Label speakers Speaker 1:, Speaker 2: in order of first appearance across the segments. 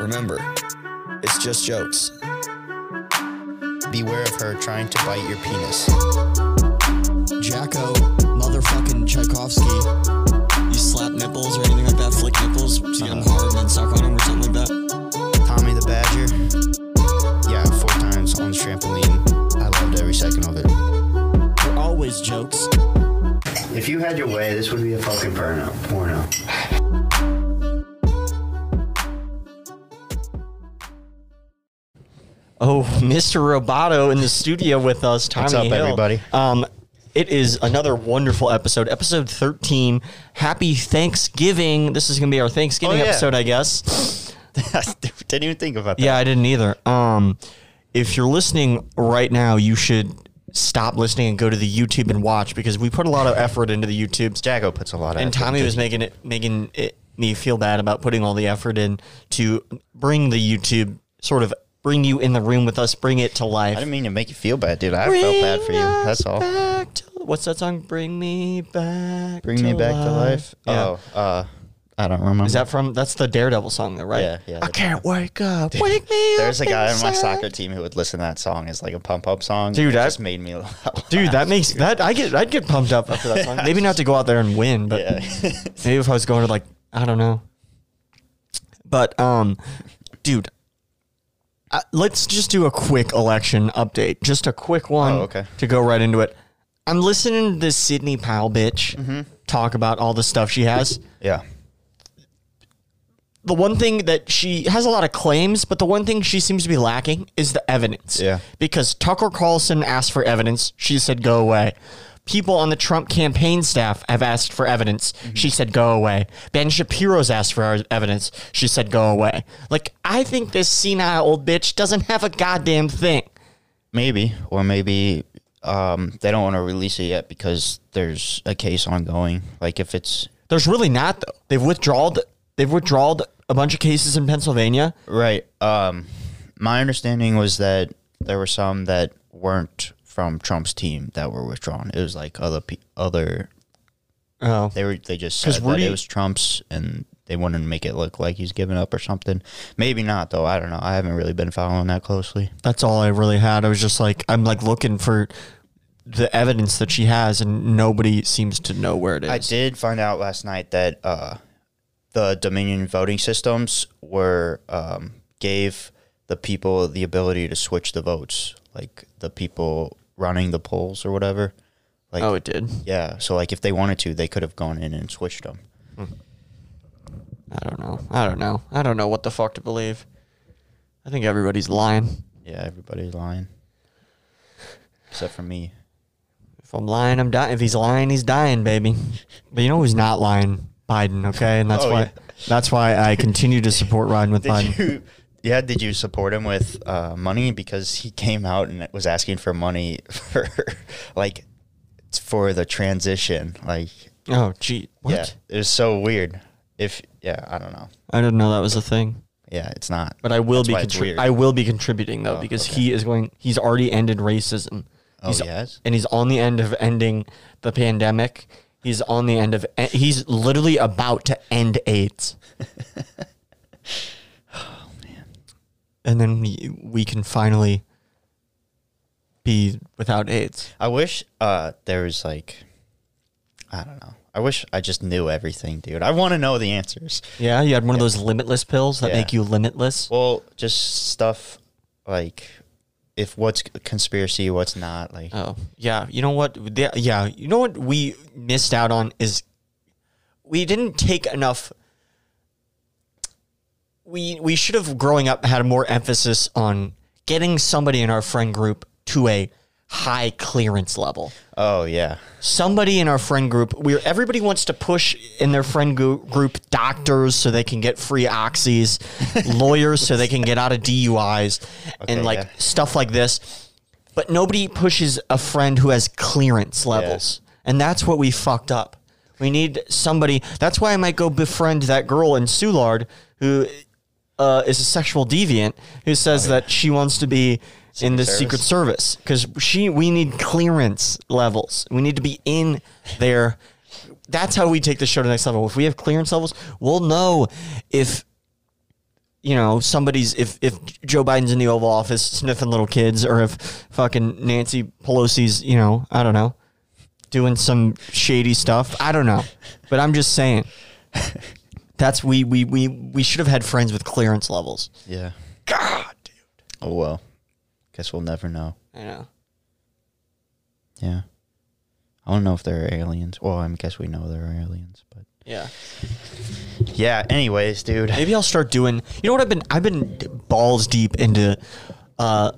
Speaker 1: Remember, it's just jokes.
Speaker 2: Beware of her trying to bite your penis.
Speaker 1: Jacko, motherfucking Tchaikovsky. You slap nipples or anything like that, flick nipples to get them
Speaker 3: Uh-huh.
Speaker 1: hard and then suck on them or something like that.
Speaker 2: Tommy the Badger. Yeah, four times on the trampoline. I loved every second of it.
Speaker 1: They're always jokes.
Speaker 2: If you had your way, this would be a fucking porno. Porno.
Speaker 3: Oh, Mr. Roboto in the studio with us. Tommy
Speaker 2: What's up,
Speaker 3: Hill.
Speaker 2: everybody?
Speaker 3: Um, it is another wonderful episode, episode thirteen. Happy Thanksgiving! This is going to be our Thanksgiving
Speaker 2: Oh, yeah.
Speaker 3: episode, I guess.
Speaker 2: Didn't even think about that.
Speaker 3: Yeah, I didn't either. Um, if you're listening right now, you should stop listening and go to the YouTube and watch because we put a lot of effort into the YouTubes.
Speaker 2: Jacko puts a lot of.
Speaker 3: and
Speaker 2: effort
Speaker 3: Tommy
Speaker 2: into
Speaker 3: was
Speaker 2: it.
Speaker 3: making it making it me feel bad about putting all the effort in to bring the YouTube sort of bring you in the room with us, bring it to life.
Speaker 2: I didn't mean to make you feel bad, dude. I felt bad for you.
Speaker 3: Bring
Speaker 2: That's
Speaker 3: us
Speaker 2: all.
Speaker 3: back to- what's that song? Bring me back.
Speaker 2: Bring me back to life.
Speaker 3: Yeah.
Speaker 2: Oh, uh, I don't remember.
Speaker 3: Is that from? That's the Daredevil song, though, right?
Speaker 2: Yeah, yeah.
Speaker 3: I can't wake up. Wake me
Speaker 2: There's a
Speaker 3: up.
Speaker 2: guy on my
Speaker 3: inside.
Speaker 2: soccer team who would listen to that song as like a pump up song.
Speaker 3: Dude,
Speaker 2: it
Speaker 3: that-
Speaker 2: just made me laugh.
Speaker 3: Dude, that makes that I get I'd get pumped up after that song. Maybe not to go out there and win, but
Speaker 2: Yeah.
Speaker 3: maybe if I was going to like I don't know. But um, dude, uh, let's just do a quick election update. Just a quick one.
Speaker 2: Oh, okay.
Speaker 3: To go right into it, I'm listening to this Sydney Powell bitch
Speaker 2: Mm-hmm.
Speaker 3: talk about all the stuff she has.
Speaker 2: yeah.
Speaker 3: The one thing that she has a lot of claims, but the one thing she seems to be lacking is the evidence.
Speaker 2: Yeah.
Speaker 3: Because Tucker Carlson asked for evidence. She said, go away. People on the Trump campaign staff have asked for evidence. She said, go away. Ben Shapiro's asked for evidence. She said, go away. Like, I think this senile old bitch doesn't have a goddamn thing.
Speaker 2: Maybe. Or maybe um, they don't want to release it yet because there's a case ongoing. Like if it's.
Speaker 3: There's really not, though. They've withdrawed, they've withdrawed a bunch of cases in Pennsylvania.
Speaker 2: Right. Um, my understanding was that there were some that weren't from Trump's team that were withdrawn. It was like other pe- other
Speaker 3: Oh.
Speaker 2: They were they just
Speaker 3: 'Cause
Speaker 2: said
Speaker 3: Rudy-
Speaker 2: that it was Trump's and they wanted to make it look like he's giving up or something. Maybe not though. I don't know. I haven't really been following that closely.
Speaker 3: that's all I really had. I was just like, I'm like looking for the evidence that she has, and nobody seems to know where it is.
Speaker 2: I did find out last night that uh, the Dominion voting systems were um, gave the people the ability to switch the votes, like the people running the polls or whatever. Like
Speaker 3: Oh, it did.
Speaker 2: yeah, so like if they wanted to, they could have gone in and switched them.
Speaker 3: I don't know. I don't know. I don't know what the fuck to believe. I think everybody's lying.
Speaker 2: Yeah, everybody's lying, except for me.
Speaker 3: If I'm lying, I'm dying. If he's lying, he's dying, baby. But you know who's not lying? Biden. Okay, and that's
Speaker 2: Oh,
Speaker 3: why.
Speaker 2: yeah.
Speaker 3: That's why I continue to support riding with Biden.
Speaker 2: Did you? Yeah, did you support him with uh, money because he came out and was asking for money for like for the transition? Like,
Speaker 3: Oh, gee, what?
Speaker 2: yeah, it was so weird. If yeah, I don't know.
Speaker 3: I didn't know that was a thing.
Speaker 2: Yeah, it's not.
Speaker 3: But I will
Speaker 2: That's why
Speaker 3: be
Speaker 2: it's
Speaker 3: contri-
Speaker 2: weird.
Speaker 3: I will be contributing though
Speaker 2: Oh,
Speaker 3: because
Speaker 2: okay.
Speaker 3: he is going. He's already ended racism.
Speaker 2: Oh,
Speaker 3: He's-
Speaker 2: he has?
Speaker 3: and he's on the end of ending the pandemic. He's on the end of. En- he's literally about to end AIDS. oh man! And then we, we can finally be without AIDS.
Speaker 2: I wish uh, there was like, I don't know. I wish I just knew everything, dude. I want to know the answers.
Speaker 3: Yeah, you had one of those limitless pills that
Speaker 2: Yeah.
Speaker 3: make you limitless.
Speaker 2: Well, just stuff like if what's conspiracy, what's not. Like,
Speaker 3: Oh yeah, you know what? The- Yeah, you know what we missed out on is we didn't take enough. We we should have growing up had more emphasis on getting somebody in our friend group to a high clearance level.
Speaker 2: oh yeah,
Speaker 3: Somebody in our friend group, where everybody wants to push in their friend gru- group doctors so they can get free oxys, lawyers so they can get out of DUIs,
Speaker 2: Okay,
Speaker 3: and like
Speaker 2: yeah.
Speaker 3: stuff like this. But nobody pushes a friend who has clearance levels. And that's what we fucked up. We need somebody. That's why I might go befriend that girl in Soulard who uh, is a sexual deviant who says that she wants to be in the
Speaker 2: Service?
Speaker 3: Secret Service because she we need clearance levels. We need to be in there. That's how we take the show to the next level. If we have clearance levels, we'll know if you know somebody's if if Joe Biden's in the Oval Office sniffing little kids, or if fucking Nancy Pelosi's you know I don't know doing some shady stuff. I don't know, but I'm just saying that's we we we we should have had friends with clearance levels.
Speaker 2: Yeah. God, dude. Oh well. Guess we'll never know.
Speaker 3: I know.
Speaker 2: Yeah. I don't know if there are aliens. Well, I guess we know there are aliens, but
Speaker 3: Yeah.
Speaker 2: yeah. Anyways, dude.
Speaker 3: Maybe I'll start doing. You know what I've been? I've been balls deep into uh,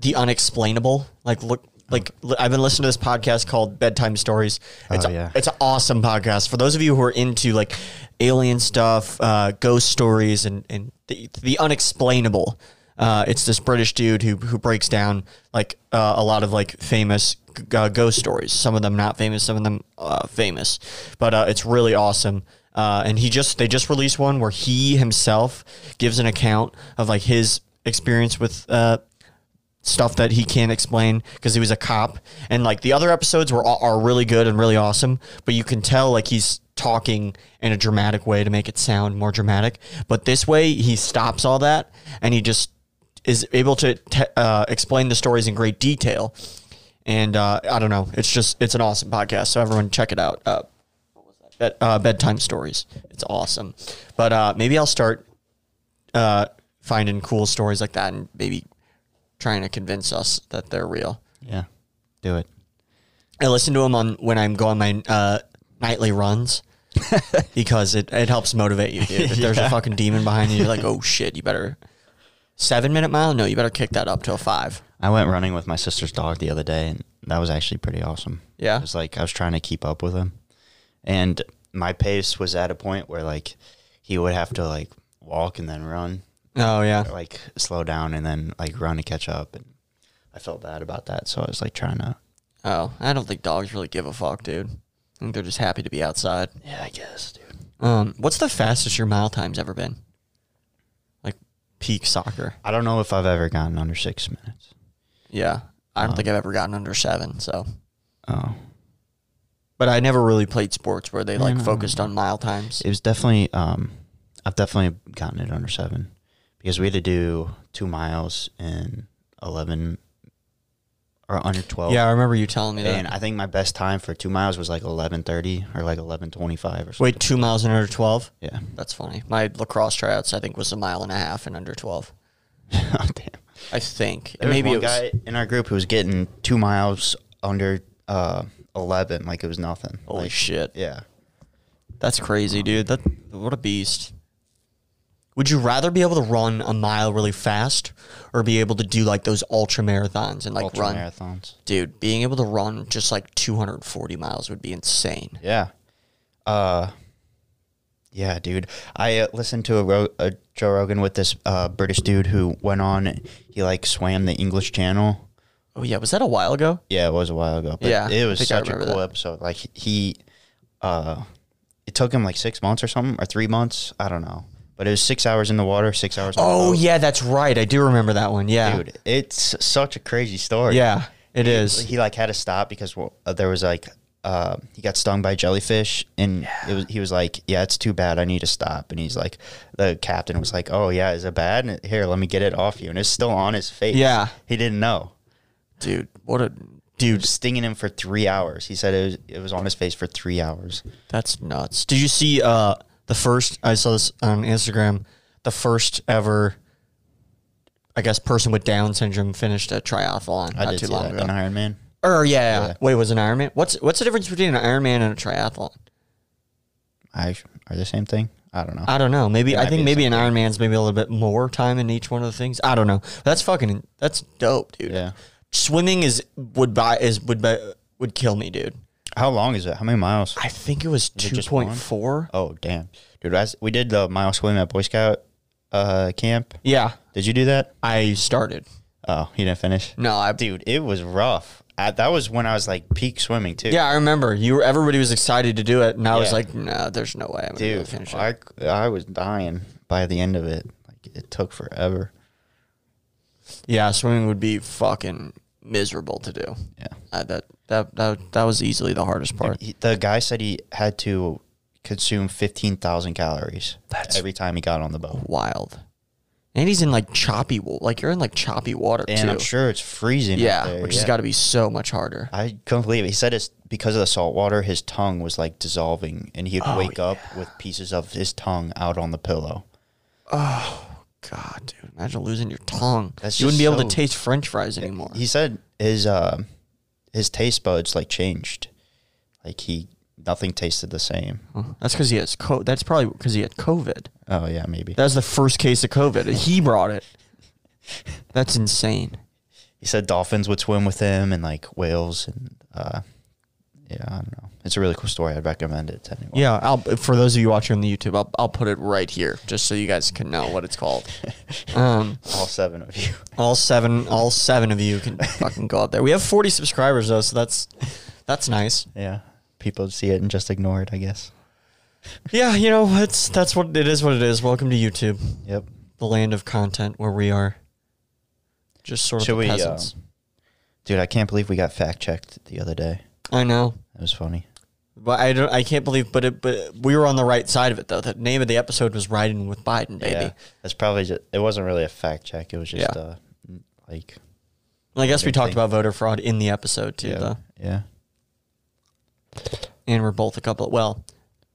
Speaker 3: the unexplainable. Like look, like li- I've been listening to this podcast called Bedtime Stories. It's
Speaker 2: Oh, yeah.
Speaker 3: a, it's an awesome podcast for those of you who are into like alien stuff, uh, ghost stories, and and the, the unexplainable. Uh, it's this British dude who who breaks down like uh, a lot of like famous g- uh, ghost stories. Some of them not famous, some of them uh, famous, but uh, it's really awesome. Uh, and he just they just released one where he himself gives an account of like his experience with uh, stuff that he can't explain because he was a cop. And like the other episodes were are really good and really awesome, but you can tell like he's talking in a dramatic way to make it sound more dramatic. But this way, he stops all that and he just is able to te- uh, explain the stories in great detail. And uh, I don't know, it's just it's an awesome podcast. So everyone check it out. Uh, bed, uh, bedtime stories. It's awesome. But uh, maybe I'll start uh, finding cool stories like that and maybe trying to convince us that they're real.
Speaker 2: Yeah. Do it.
Speaker 3: I listen to them on when I'm going my uh, nightly runs because it, it helps motivate you. Dude. If there's a fucking demon behind you, you're like, oh shit, you better seven minute mile. No, you better kick that up to a five.
Speaker 2: I went running with my sister's dog the other day, and that was actually pretty awesome.
Speaker 3: Yeah?
Speaker 2: It was like I was trying to keep up with him, and my pace was at a point where like he would have to like walk and then run,
Speaker 3: Oh yeah,
Speaker 2: or, like slow down and then like run to catch up, and I felt bad about that, so I was like trying to.
Speaker 3: Oh, I don't think dogs really give a fuck, dude. I think they're just happy to be outside.
Speaker 2: Yeah, I guess, dude.
Speaker 3: Um, what's the fastest your mile time's ever been? Like peak soccer.
Speaker 2: I don't know if I've ever gotten under six minutes.
Speaker 3: Yeah. Um, I don't think I've ever gotten under seven, so
Speaker 2: Oh,
Speaker 3: but I never really played sports where they like focused on mile times.
Speaker 2: it was definitely. Um, I've definitely gotten it under seven because we had to do two miles in eleven or under twelve.
Speaker 3: yeah, I remember you telling me that.
Speaker 2: And I think my best time for two miles was like eleven thirty or like eleven twenty five or something.
Speaker 3: Wait, two miles and under twelve?
Speaker 2: Yeah.
Speaker 3: That's funny. My lacrosse tryouts I think was a mile and a half and under twelve.
Speaker 2: oh, damn.
Speaker 3: I think.
Speaker 2: There
Speaker 3: Maybe
Speaker 2: was
Speaker 3: it
Speaker 2: one
Speaker 3: was
Speaker 2: guy in our group who was getting two miles under uh, eleven, like it was nothing.
Speaker 3: holy
Speaker 2: Like,
Speaker 3: shit.
Speaker 2: Yeah.
Speaker 3: That's crazy, dude. That what a beast. Would you rather be able to run a mile really fast or be able to do like those ultra marathons and like
Speaker 2: Ultra
Speaker 3: run?
Speaker 2: marathons.
Speaker 3: Dude, being able to run just like 240 miles would be insane.
Speaker 2: Yeah. Uh yeah, dude. I uh, listened to a, Ro- a Joe Rogan with this uh, British dude who went on. He like swam the English Channel.
Speaker 3: Oh yeah, was that a while ago?
Speaker 2: Yeah, it was a while ago. But
Speaker 3: Yeah,
Speaker 2: it
Speaker 3: I
Speaker 2: was
Speaker 3: think I
Speaker 2: such a cool
Speaker 3: remember that.
Speaker 2: episode. Like he, uh, it took him like six months or something, or three months. I don't know. But it was six hours in the water, six hours. on the
Speaker 3: Oh
Speaker 2: boat.
Speaker 3: yeah, that's right. I do remember that one. Yeah.
Speaker 2: dude, it's such a crazy story.
Speaker 3: Yeah, it is.
Speaker 2: he like had to stop because well, uh, there was like uh, he got stung by jellyfish and it was, he was like yeah it's too bad i need to stop and he's like the captain was like oh yeah is it bad and here let me get it off you and it's still on his face
Speaker 3: Yeah.
Speaker 2: he didn't know
Speaker 3: Dude, what a
Speaker 2: dude stinging him for three hours he said it was, it was on his face for three hours
Speaker 3: that's nuts. Did you see uh the first I saw this on Instagram, the first ever I guess person with Down syndrome finished a triathlon
Speaker 2: i
Speaker 3: not
Speaker 2: did
Speaker 3: too
Speaker 2: see
Speaker 3: long
Speaker 2: that
Speaker 3: ago.
Speaker 2: an iron man
Speaker 3: Or yeah, wait, was an Ironman? What's what's the difference between an Ironman and a triathlon?
Speaker 2: i are they the same thing i don't know
Speaker 3: I don't know. Maybe I
Speaker 2: might be
Speaker 3: think
Speaker 2: the
Speaker 3: maybe an Ironman's maybe a little bit more time in each one of the things. I don't know. That's fucking that's dope, dude.
Speaker 2: yeah
Speaker 3: Swimming is would buy is would buy, would kill me, dude.
Speaker 2: how long is it how many miles
Speaker 3: I think it was
Speaker 2: it
Speaker 3: two
Speaker 2: just
Speaker 3: point four.
Speaker 2: oh damn dude I s we did the mile swim at boy scout uh, camp
Speaker 3: Yeah,
Speaker 2: did you do that
Speaker 3: I started.
Speaker 2: oh you didn't finish
Speaker 3: No, I
Speaker 2: dude, it was rough. I, that was when I was like peak swimming too.
Speaker 3: Yeah, I remember. You were, everybody was excited to do it, and I was
Speaker 2: Yeah.
Speaker 3: like, "No, there's no way I'm gonna be able
Speaker 2: dude,
Speaker 3: to finish it."
Speaker 2: I I was dying by the end of it. Like it took forever.
Speaker 3: Yeah, swimming would be fucking miserable to do.
Speaker 2: Yeah,
Speaker 3: Uh, that that that that was easily the hardest part.
Speaker 2: he, the guy said he had to consumed 15,000 calories
Speaker 3: That's-
Speaker 2: every time he got on the boat.
Speaker 3: Wild. And he's in like choppy, wa- like you're in like choppy water
Speaker 2: And
Speaker 3: too.
Speaker 2: I'm sure it's freezing.
Speaker 3: yeah,
Speaker 2: out there,
Speaker 3: which has got to be so much harder.
Speaker 2: I couldn't believe it. He said it's because of the salt water, his tongue was like dissolving, and he'd
Speaker 3: Oh,
Speaker 2: wake up with pieces of his tongue out on the pillow.
Speaker 3: Oh, God, dude, imagine losing your tongue.
Speaker 2: That's
Speaker 3: you wouldn't be
Speaker 2: just
Speaker 3: able to
Speaker 2: so-
Speaker 3: taste French fries anymore.
Speaker 2: He said his uh, his taste buds like changed, like he nothing tasted the same.
Speaker 3: That's because he has co- That's probably because he had COVID.
Speaker 2: Oh yeah, maybe
Speaker 3: That was the first case of COVID. He brought it. That's insane.
Speaker 2: he said dolphins would swim with him and like whales and uh, yeah, I don't know. It's a really cool story. I'd recommend it to anyone.
Speaker 3: Yeah, I'll, for those of you watching on the YouTube, I'll, I'll put it right here just so you guys can know what it's called. Um,
Speaker 2: all seven of you.
Speaker 3: all seven, all seven of you can fucking go out there. We have forty subscribers though, so that's that's nice.
Speaker 2: yeah, people see it and just ignore it, I guess.
Speaker 3: Yeah, you know, it's that's what it is. What it is. Welcome to YouTube,
Speaker 2: Yep.
Speaker 3: the land of content where we are just sort of
Speaker 2: Should
Speaker 3: the
Speaker 2: we, uh,
Speaker 3: peasants.
Speaker 2: Dude, I can't believe we got fact checked the other day.
Speaker 3: I know.
Speaker 2: It was funny.
Speaker 3: But I don't. I can't believe. But it, but we were on the right side of it though. The name of the episode was "Riding with Biden," baby.
Speaker 2: Yeah, that's probably just, it wasn't really a fact check. It was just
Speaker 3: Yeah.
Speaker 2: uh, n- like
Speaker 3: And I guess we
Speaker 2: Big
Speaker 3: talked
Speaker 2: thing.
Speaker 3: about voter fraud in the episode too,
Speaker 2: yeah,
Speaker 3: though.
Speaker 2: yeah.
Speaker 3: And we're both a couple. Well,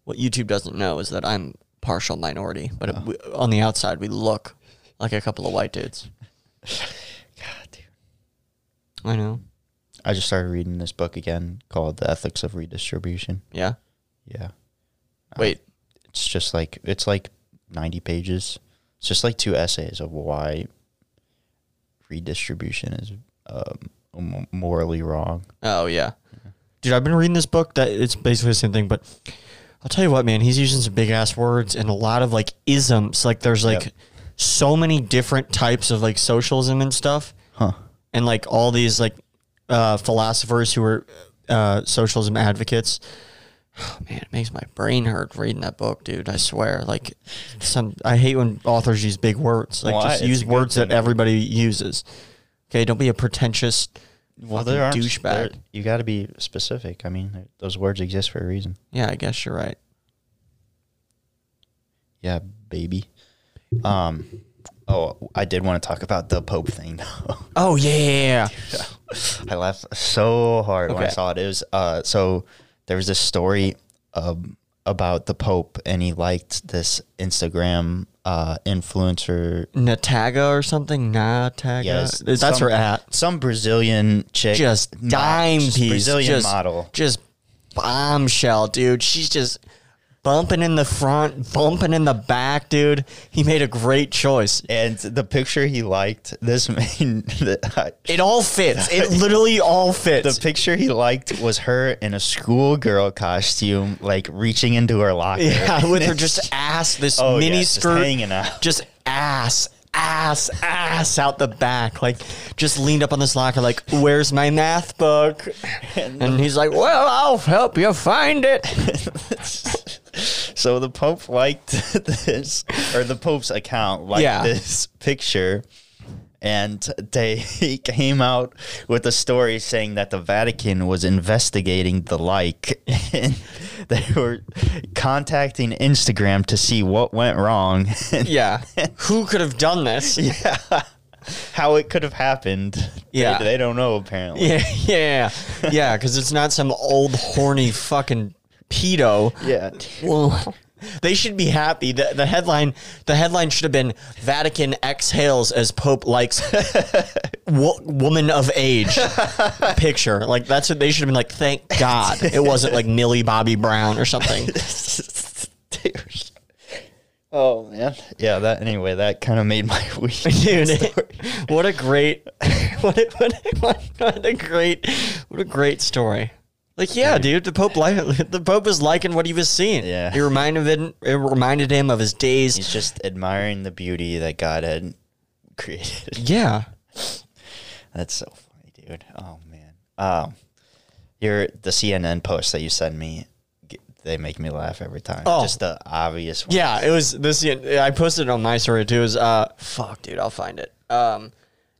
Speaker 3: what YouTube doesn't know is that I'm partial minority, but
Speaker 2: Oh.
Speaker 3: it- we, on the outside we look like a couple of white dudes.
Speaker 2: God, dude.
Speaker 3: I know.
Speaker 2: I just started reading this book again called The Ethics of Redistribution.
Speaker 3: Yeah.
Speaker 2: Yeah, Uh,
Speaker 3: Wait.
Speaker 2: it's just like it's like ninety pages. It's just like two essays of why redistribution is um, m- morally wrong.
Speaker 3: Oh yeah. Dude, I've been reading this book that it's basically the same thing, but I'll tell you what, man, he's using some big ass words and a lot of like isms. Like there's like
Speaker 2: Yep.
Speaker 3: so many different types of like socialism and stuff.
Speaker 2: Huh.
Speaker 3: And like all these like uh, philosophers who are uh, socialism advocates. Oh, man, it makes my brain hurt reading that book, dude. I swear. Like some I hate when authors use big words. Like
Speaker 2: Why?
Speaker 3: just
Speaker 2: It's
Speaker 3: use
Speaker 2: a good
Speaker 3: words
Speaker 2: thing
Speaker 3: that
Speaker 2: to-
Speaker 3: everybody uses. Okay, don't be a pretentious
Speaker 2: Well,
Speaker 3: fucking
Speaker 2: there are
Speaker 3: douchebag.
Speaker 2: You got to be specific. I mean, those words exist for a reason.
Speaker 3: Yeah, I guess you're right.
Speaker 2: Yeah, baby. Um, oh, I did want to talk about the Pope thing though.
Speaker 3: Oh yeah, yeah, yeah.
Speaker 2: I laughed so hard when I
Speaker 3: Okay.
Speaker 2: saw it. It was uh, so there was this story um, about the Pope, and he liked this Instagram uh, influencer.
Speaker 3: Nataga or something. Nataga.
Speaker 2: Yes,
Speaker 3: That's her at.
Speaker 2: Some Brazilian chick,
Speaker 3: Just
Speaker 2: mo-
Speaker 3: dime
Speaker 2: just
Speaker 3: piece.
Speaker 2: Brazilian
Speaker 3: just,
Speaker 2: model.
Speaker 3: Just bombshell, dude. She's just bumping in the front, bumping in the back, dude. He made a great choice.
Speaker 2: And the picture he liked, this man, the,
Speaker 3: It all fits. It literally all
Speaker 2: the
Speaker 3: fits.
Speaker 2: picture he liked was her in a schoolgirl costume, like reaching into her locker.
Speaker 3: yeah, with her just ass, this
Speaker 2: Oh, yeah,
Speaker 3: mini
Speaker 2: just
Speaker 3: skirt,
Speaker 2: hanging out.
Speaker 3: just ass, ass, ass out the back, like just leaned up on this locker, like, "Where's my math book?" And he's like, "Well, I'll help you find it."
Speaker 2: So the Pope liked this, or the Pope's account liked
Speaker 3: Yeah.
Speaker 2: this picture, and they came out with a story saying that the Vatican was investigating the like, and they were contacting Instagram to see what went wrong, and
Speaker 3: Yeah, who could have done this? Yeah,
Speaker 2: how it could have happened. They-
Speaker 3: Yeah.
Speaker 2: they, don't know apparently.
Speaker 3: yeah, yeah, yeah, because it's not some old horny fucking pedo.
Speaker 2: Yeah,
Speaker 3: Well, they should be happy. The, the headline the headline should have been Vatican exhales as Pope likes wo- woman of age picture. Like that's what they should have been like. Thank God it wasn't like Millie Bobby Brown or something.
Speaker 2: Oh man, yeah. That anyway, that kind of made my week.
Speaker 3: Dude, what a great what a, what, a, what a great what a great story. Like yeah, dude, the Pope li- the Pope was liking what he was seeing.
Speaker 2: Yeah.
Speaker 3: it reminded him, it reminded him of his days
Speaker 2: He's just admiring the beauty that God had created.
Speaker 3: Yeah.
Speaker 2: That's so funny, dude. Oh man. Um, your the CNN post that you send me, g- they make me laugh every time.
Speaker 3: Oh.
Speaker 2: Just the obvious one.
Speaker 3: Yeah, it was this. I posted it on my story too. It was uh, fuck, dude, I'll find it. Um,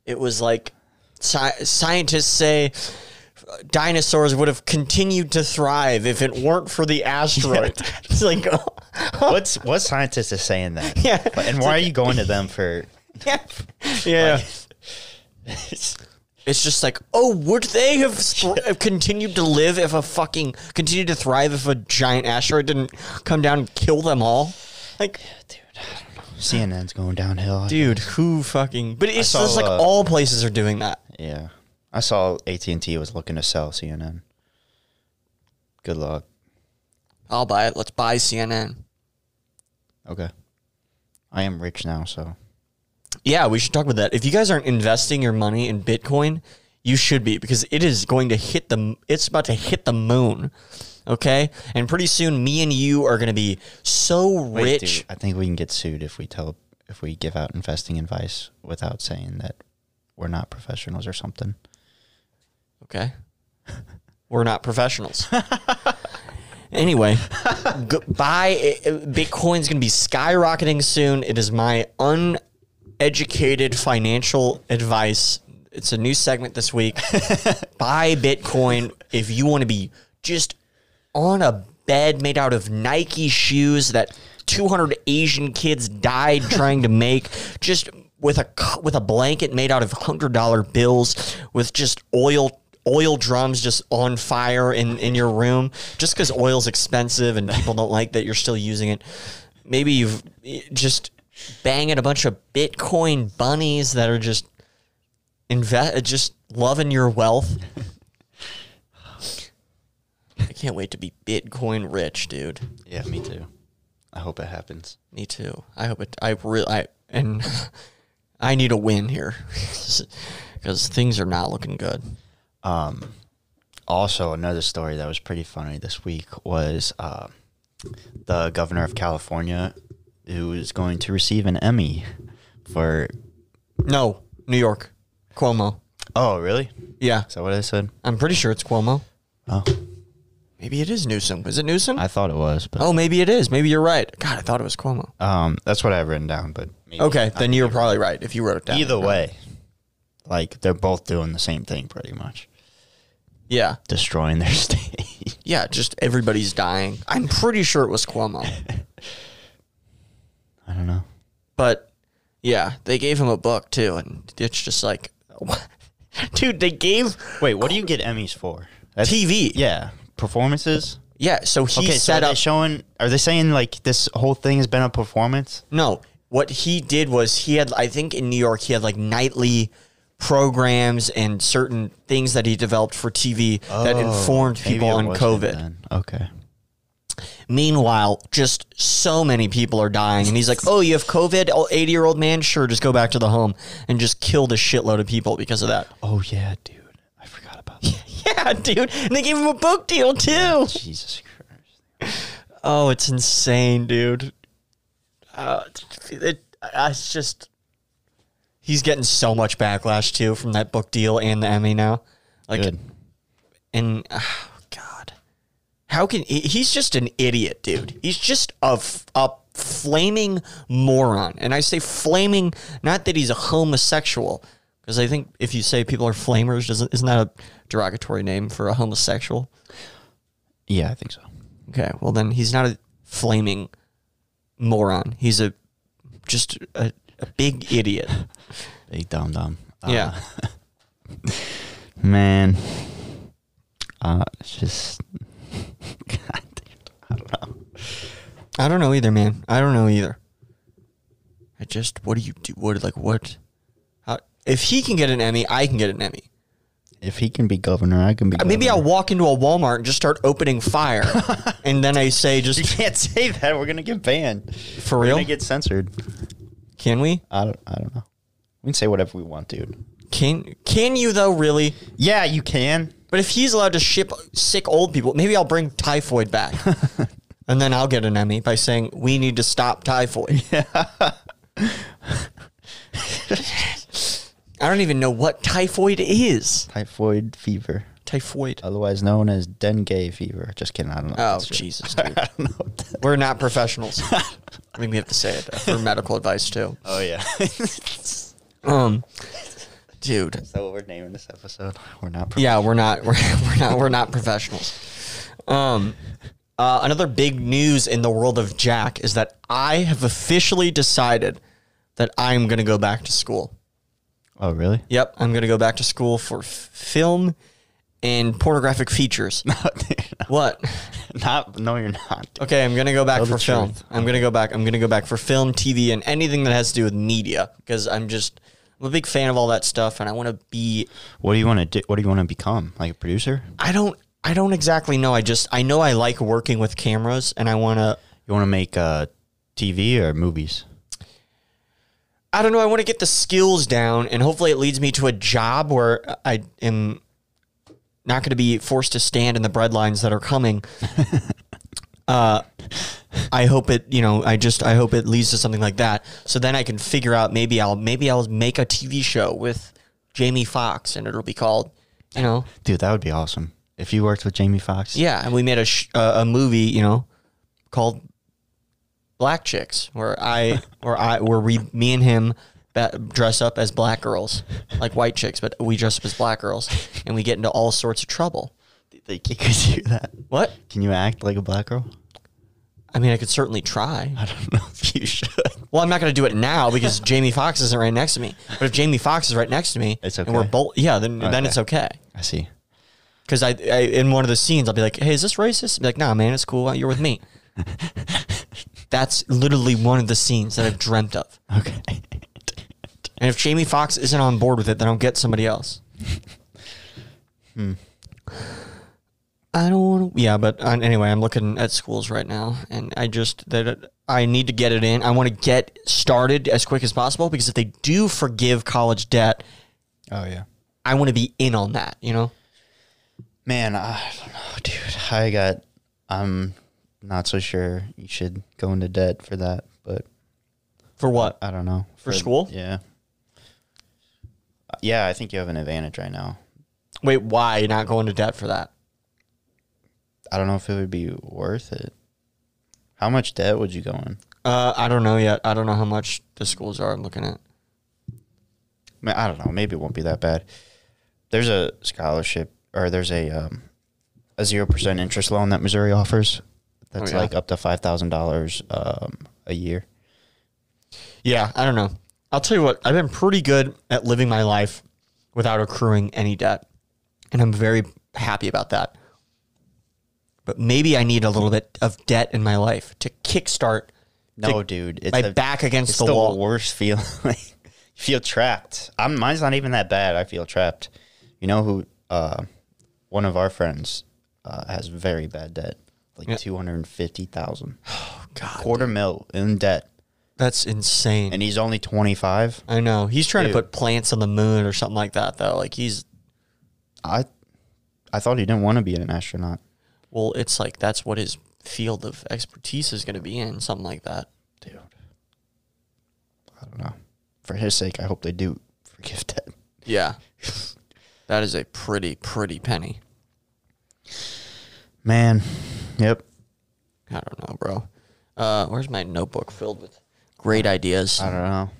Speaker 3: it was like sci- scientists say dinosaurs would have continued to thrive if it weren't for the asteroid. it's like, oh,
Speaker 2: What's what scientist is saying that?
Speaker 3: Yeah.
Speaker 2: But- And why are you going to them for?
Speaker 3: yeah, yeah. It's just like, oh, would they have, thr- have continued to live if a fucking continued to thrive if a giant asteroid didn't come down and kill them all? Like,
Speaker 2: CNN's going downhill.
Speaker 3: dude, who fucking? But it's
Speaker 2: I saw,
Speaker 3: just like
Speaker 2: uh,
Speaker 3: all places are doing that.
Speaker 2: Yeah, I saw AT and T was looking to sell CNN. Good luck.
Speaker 3: I'll buy it. Let's buy CNN.
Speaker 2: Okay, I am rich now, so
Speaker 3: Yeah, we should talk about that. If you guys aren't investing your money in Bitcoin, you should be because it is going to hit the it's about to hit the moon. Okay? And pretty soon me and you are going to be so
Speaker 2: Wait,
Speaker 3: rich.
Speaker 2: dude, I think we can get sued if we tell if we give out investing advice without saying that we're not professionals or something.
Speaker 3: Okay? We're not professionals. anyway, go, buy Bitcoin's going to be skyrocketing soon. It is my uneducated financial advice. It's a new segment this week. buy Bitcoin if you want to be just on a bed made out of Nike shoes that 200 Asian kids died trying to make. Just with a cu- with a blanket made out of hundred dollar bills, with just oil oil drums just on fire in in your room, just because oil's expensive and people don't like that you're still using it. Maybe you've eh, just banging a bunch of Bitcoin bunnies that are just invest just loving your wealth. I can't wait to be Bitcoin rich, dude.
Speaker 2: Yeah, me too. I hope it happens.
Speaker 3: Me too. I hope it. I really. I and I need a win here because things are not looking good.
Speaker 2: Also, another story that was pretty funny this week was uh, the governor of California, who is going to receive an Emmy for.
Speaker 3: No, New York, Cuomo.
Speaker 2: Oh, really?
Speaker 3: Yeah,
Speaker 2: Is that what I said?
Speaker 3: I'm pretty sure it's Cuomo.
Speaker 2: Oh,
Speaker 3: Maybe it is Newsom. Is it Newsom?
Speaker 2: I thought it was, but
Speaker 3: oh, maybe it is. Maybe you're right. God, I thought it was Cuomo.
Speaker 2: um, that's what I've written down. But maybe
Speaker 3: Okay, then you were probably right if you wrote it down.
Speaker 2: either way, like they're both doing the same thing, pretty much
Speaker 3: Yeah,
Speaker 2: destroying their state.
Speaker 3: yeah. Just everybody's dying. I'm pretty sure it was Cuomo.
Speaker 2: I don't know.
Speaker 3: But yeah, they gave him a book too, and it's just like, dude, they gave
Speaker 2: Wait, what do you get Emmys for? That's,
Speaker 3: TV.
Speaker 2: yeah, performances.
Speaker 3: yeah. So he
Speaker 2: Okay, so
Speaker 3: set
Speaker 2: are they
Speaker 3: up.
Speaker 2: showing? Are they saying like this whole thing has been a performance?
Speaker 3: no, what he did was he had, I think, in New York, he had like nightly programs and certain things that he developed for TV that informed
Speaker 2: Oh, Maybe
Speaker 3: people
Speaker 2: it
Speaker 3: on
Speaker 2: wasn't
Speaker 3: COVID.
Speaker 2: then. Okay.
Speaker 3: Meanwhile, just so many people are dying. And he's like, oh, you have COVID? Oh, 80 year old man? Sure, just go back to the home and just killed a shitload of people because of that.
Speaker 2: Oh yeah, dude. I forgot about that.
Speaker 3: Yeah, dude. And they gave him a book deal too.
Speaker 2: Jesus Christ.
Speaker 3: Oh, it's insane, dude. Uh, it, I- it's just he's getting so much backlash too from that book deal and the Emmy now. Like,
Speaker 2: Good.
Speaker 3: and oh god, how can he, he's just an idiot, dude? He's just a f- a flaming moron, and I say flaming, not that he's a homosexual, because I think if you say people are flamers, doesn't isn't that a derogatory name for a homosexual?
Speaker 2: Yeah, I think so.
Speaker 3: Okay, well then he's not a flaming moron. He's a just a, a big idiot.
Speaker 2: Big dumb dumb. Uh,
Speaker 3: yeah.
Speaker 2: Man. Uh, it's just. God, dude. I don't know.
Speaker 3: I don't know either, man. I don't know either. I just what do you do what like what how, if he can get an Emmy, I can get an Emmy.
Speaker 2: If he can be governor, I can be. Governor.
Speaker 3: Maybe I'll walk into a Walmart and just start opening fire. and then I say
Speaker 2: You
Speaker 3: just
Speaker 2: can't say that. We're gonna get banned.
Speaker 3: for
Speaker 2: We're
Speaker 3: real?
Speaker 2: gonna get censored.
Speaker 3: can we?
Speaker 2: I don't. I don't know. We can say whatever we want, dude.
Speaker 3: Can can you though really?
Speaker 2: Yeah, you can.
Speaker 3: But if he's allowed to ship sick old people, maybe I'll bring typhoid back. and then I'll get an Emmy by saying, we need to stop typhoid. I don't even know what typhoid is. Oh,
Speaker 2: Typhoid fever,
Speaker 3: Typhoid.
Speaker 2: otherwise known as dengue fever. Just kidding. I don't know.
Speaker 3: Oh,
Speaker 2: That's right.
Speaker 3: Jesus, dude. We're not professionals. I think we have to say it for medical advice, too.
Speaker 2: Oh yeah.
Speaker 3: Um, dude.
Speaker 2: Is that what we're naming this episode? We're not. pro-
Speaker 3: Yeah, we're not we're, we're not we're not professionals. Um, uh, another big news in the world of Jack is that I have officially decided that I'm going to go back to school.
Speaker 2: Oh, really?
Speaker 3: Yep, I'm going to go back to school for f- film and pornographic features. what?
Speaker 2: not. No, you're not. dude.
Speaker 3: Okay, I'm gonna go back
Speaker 2: Tell the
Speaker 3: for film.
Speaker 2: truth.
Speaker 3: I'm gonna go back. I'm gonna go back for film, TV, and anything that has to do with media because I'm just I'm a big fan of all that stuff, and I want to be.
Speaker 2: What do you want to do? What do you want to become? Like a producer?
Speaker 3: I don't. I don't exactly know. I just I know I like working with cameras, and I want to.
Speaker 2: You want to make uh, TV or movies?
Speaker 3: I don't know. I want to get the skills down, and hopefully, it leads me to a job where I am not going to be forced to stand in the breadlines that are coming. uh, I hope it. You know, I just I hope it leads to something like that. So then I can figure out maybe I'll maybe I'll make a TV show with Jamie Foxx, and it'll be called. You know,
Speaker 2: Dude, that would be awesome. If you worked with Jamie Foxx.
Speaker 3: yeah, and we made a sh- uh, a movie, you know, called Black Chicks, where I where I where we me and him ba- dress up as black girls, like white chicks, but we dress up as black girls, and we get into all sorts of trouble.
Speaker 2: Do you think you could do that?
Speaker 3: What?
Speaker 2: Can you act like a black girl?
Speaker 3: I mean, I could certainly try.
Speaker 2: I don't know if you should.
Speaker 3: Well, I'm not going to do it now because Jamie Foxx isn't right next to me. But if Jamie Foxx is right next to me,
Speaker 2: It's
Speaker 3: And we're
Speaker 2: okay.
Speaker 3: both, yeah, then then
Speaker 2: Okay.
Speaker 3: it's okay.
Speaker 2: I see.
Speaker 3: Because I, I in one of the scenes, I'll be like, "Hey, is this racist?" I'll be like, "Nah, man, it's cool. Uh, You're with me." That's literally one of the scenes that I've dreamt of.
Speaker 2: Okay.
Speaker 3: And if Jamie Foxx isn't on board with it, then I'll get somebody else. I don't want to. Yeah, but uh, anyway, I'm looking at schools right now, and I just that uh, I need to get it in. I want to get started as quick as possible because if they do forgive college debt,
Speaker 2: Oh yeah.
Speaker 3: I want to be in on that. You know.
Speaker 2: Man, I don't know, dude. I got. I'm not so sure you should go into debt for that, but
Speaker 3: For what?
Speaker 2: I don't know.
Speaker 3: For school?
Speaker 2: Yeah. Yeah, I think you have an advantage right now.
Speaker 3: Wait, why not go into debt for that?
Speaker 2: I don't know if it would be worth it. How much debt would you go in?
Speaker 3: Uh, I don't know yet. I don't know how much the schools are. I'm looking at.
Speaker 2: I, mean, I don't know. Maybe it won't be that bad. There's a scholarship, or there's a um, a zero percent interest loan that Missouri offers. That's
Speaker 3: Oh, yeah?
Speaker 2: like up to five thousand dollars um, a year.
Speaker 3: Yeah, I don't know. I'll tell you what, I've been pretty good at living my life without accruing any debt. And I'm very happy about that. But maybe I need a little bit of debt in my life to kickstart
Speaker 2: No,
Speaker 3: to-
Speaker 2: dude, it's
Speaker 3: my
Speaker 2: the-
Speaker 3: back against
Speaker 2: It's
Speaker 3: the,
Speaker 2: the,
Speaker 3: wall.
Speaker 2: worst feeling. you feel trapped. I'm mine's not even that bad. I feel trapped. You know who? Uh, one of our friends uh, has very bad debt, like
Speaker 3: Yeah.
Speaker 2: two hundred fifty thousand,
Speaker 3: God,
Speaker 2: quarter mil in debt,
Speaker 3: that's insane.
Speaker 2: and he's only twenty five.
Speaker 3: I know. He's trying to
Speaker 2: Dude.
Speaker 3: put plants on the moon or something like that, though. Like, he's,
Speaker 2: I, I thought he didn't want to be an astronaut.
Speaker 3: well, it's like that's what his field of expertise is going to be in, something like that.
Speaker 2: dude. I don't know. For his sake, I hope they do forgive that.
Speaker 3: Yeah. that is a pretty, pretty penny.
Speaker 2: Man, yep.
Speaker 3: I don't know, bro. Uh, where's my notebook filled with great ideas?
Speaker 2: I don't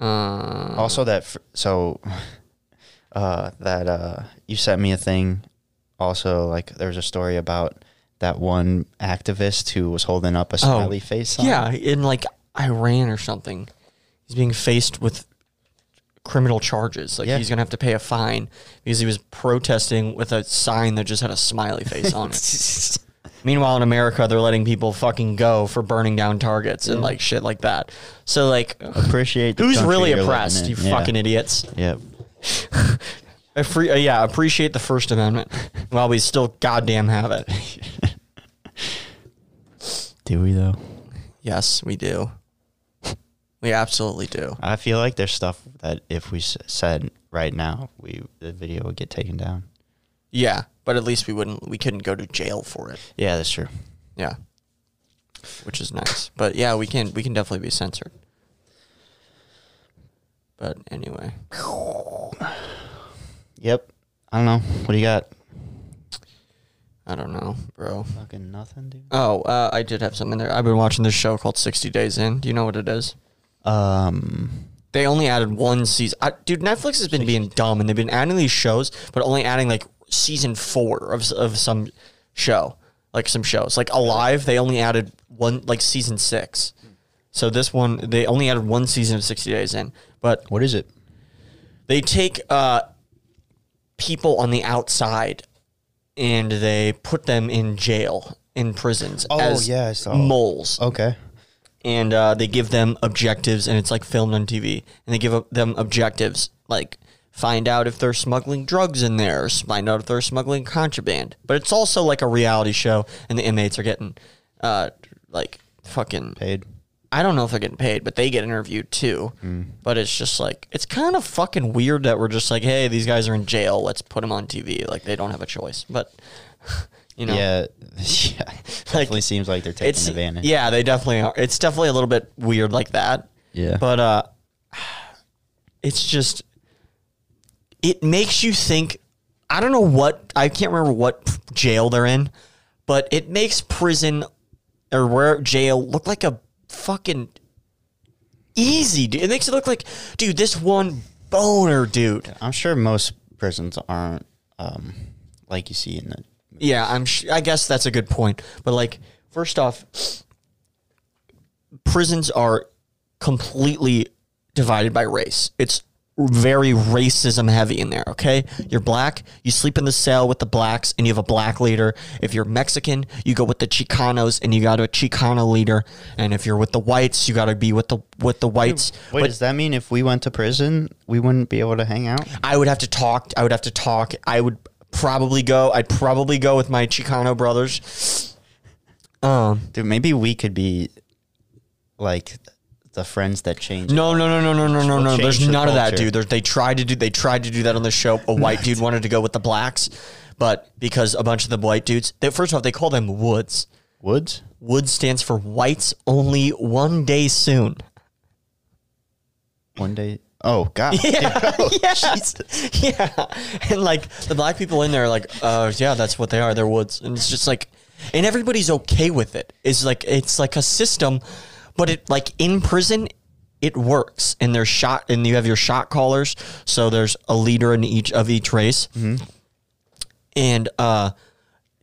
Speaker 2: know.
Speaker 3: Uh,
Speaker 2: Also, that fr- so uh, that uh, you sent me a thing. Also, like there's a story about that one activist who was holding up a smiley face. Sign.
Speaker 3: yeah, in like Iran or something, he's being faced with criminal charges. Like
Speaker 2: Yeah.
Speaker 3: he's gonna have to pay a fine because he was protesting with a sign that just had a smiley face on it. Meanwhile, in America, they're letting people fucking go for burning down targets and like shit like that. So like,
Speaker 2: appreciate. the
Speaker 3: who's
Speaker 2: country
Speaker 3: really
Speaker 2: you're living
Speaker 3: oppressed?
Speaker 2: in.
Speaker 3: You
Speaker 2: Yeah.
Speaker 3: fucking idiots.
Speaker 2: Yep.
Speaker 3: I free, uh, yeah, appreciate the First Amendment while we still goddamn have it.
Speaker 2: Do we though?
Speaker 3: Yes, we do. We absolutely do.
Speaker 2: I feel like there's stuff that if we s- said right now, we the video would get taken down.
Speaker 3: Yeah, but at least we wouldn't we couldn't go to jail for it.
Speaker 2: Yeah, that's true.
Speaker 3: Yeah. Which is nice. But yeah, we can we can definitely be censored. But anyway.
Speaker 2: Yep. I don't know. What do you got?
Speaker 3: I don't know, bro.
Speaker 2: Fucking nothing, dude.
Speaker 3: Oh, uh, I did have something there. I've been watching this show called 60 Days In. Do you know what it is?
Speaker 2: Um,
Speaker 3: They only added one season. I, dude, Netflix has been being dumb, and they've been adding these shows, but only adding like season four of s- of some show, like some shows, like Alive. They only added one, like season six. So this one, they only added one season of sixty days in, but
Speaker 2: What is it?
Speaker 3: they take uh, people on the outside and they put them in jail in prisons
Speaker 2: Oh,
Speaker 3: as
Speaker 2: yeah, I saw.
Speaker 3: moles
Speaker 2: Okay.
Speaker 3: and uh, they give them objectives and it's like filmed on tv and they give up- them objectives like find out if they're smuggling drugs in there or s- find out if they're smuggling contraband but it's also like a reality show and the inmates are getting uh, like fucking
Speaker 2: Paid.
Speaker 3: I don't know if they're getting paid, but they get interviewed too. But it's just like it's kind of fucking weird that we're just like, hey, these guys are in jail. Let's put them on TV. Like they don't have a choice. But you know,
Speaker 2: Yeah. yeah. Definitely seems like they're taking
Speaker 3: it's
Speaker 2: advantage.
Speaker 3: yeah, they definitely are. It's definitely a little bit weird like that.
Speaker 2: Yeah.
Speaker 3: But uh, it's just it makes you think. I don't know what I can't remember what jail they're in, but it makes prison or where jail look like a fucking easy. Dude. It makes it look like, dude, this one boner dude.
Speaker 2: I'm sure most prisons aren't um, like you see in the.
Speaker 3: Yeah, I'm. Sh- I guess that's a good point. But like, first off, prisons are completely divided by race. It's very racism heavy in there. Okay, you're black, you sleep in the cell with the blacks, and you have a black leader. If you're Mexican, you go with the Chicanos, and you got a Chicano leader. And if you're with the whites, you got to be with the with the whites.
Speaker 2: Wait,
Speaker 3: But-
Speaker 2: does that mean if we went to prison, we wouldn't be able to hang out?
Speaker 3: I would have to talk. I would have to talk. I would probably go. I'd probably go with my Chicano brothers. Um.
Speaker 2: Dude, maybe we could be like the friends that change.
Speaker 3: No, no, no, no, no, no, no, no.
Speaker 2: change
Speaker 3: There's
Speaker 2: the
Speaker 3: none of that,
Speaker 2: culture.
Speaker 3: dude. There's, they tried to do. They tried to do that on the show. A white dude wanted to go with the blacks, but because a bunch of the white dudes, they, first off, they call them Woods.
Speaker 2: Woods?
Speaker 3: Woods stands for whites only one day soon.
Speaker 2: One day. Oh, God.
Speaker 3: Yeah, yeah, yeah. And like the black people in there, are like, uh, yeah, that's what they are. They're woods, and it's just like, and everybody's okay with it. It's like it's like a system, but it like in prison, it works. And there's shot, and you have your shot callers. So there's a leader in each of each race, and uh,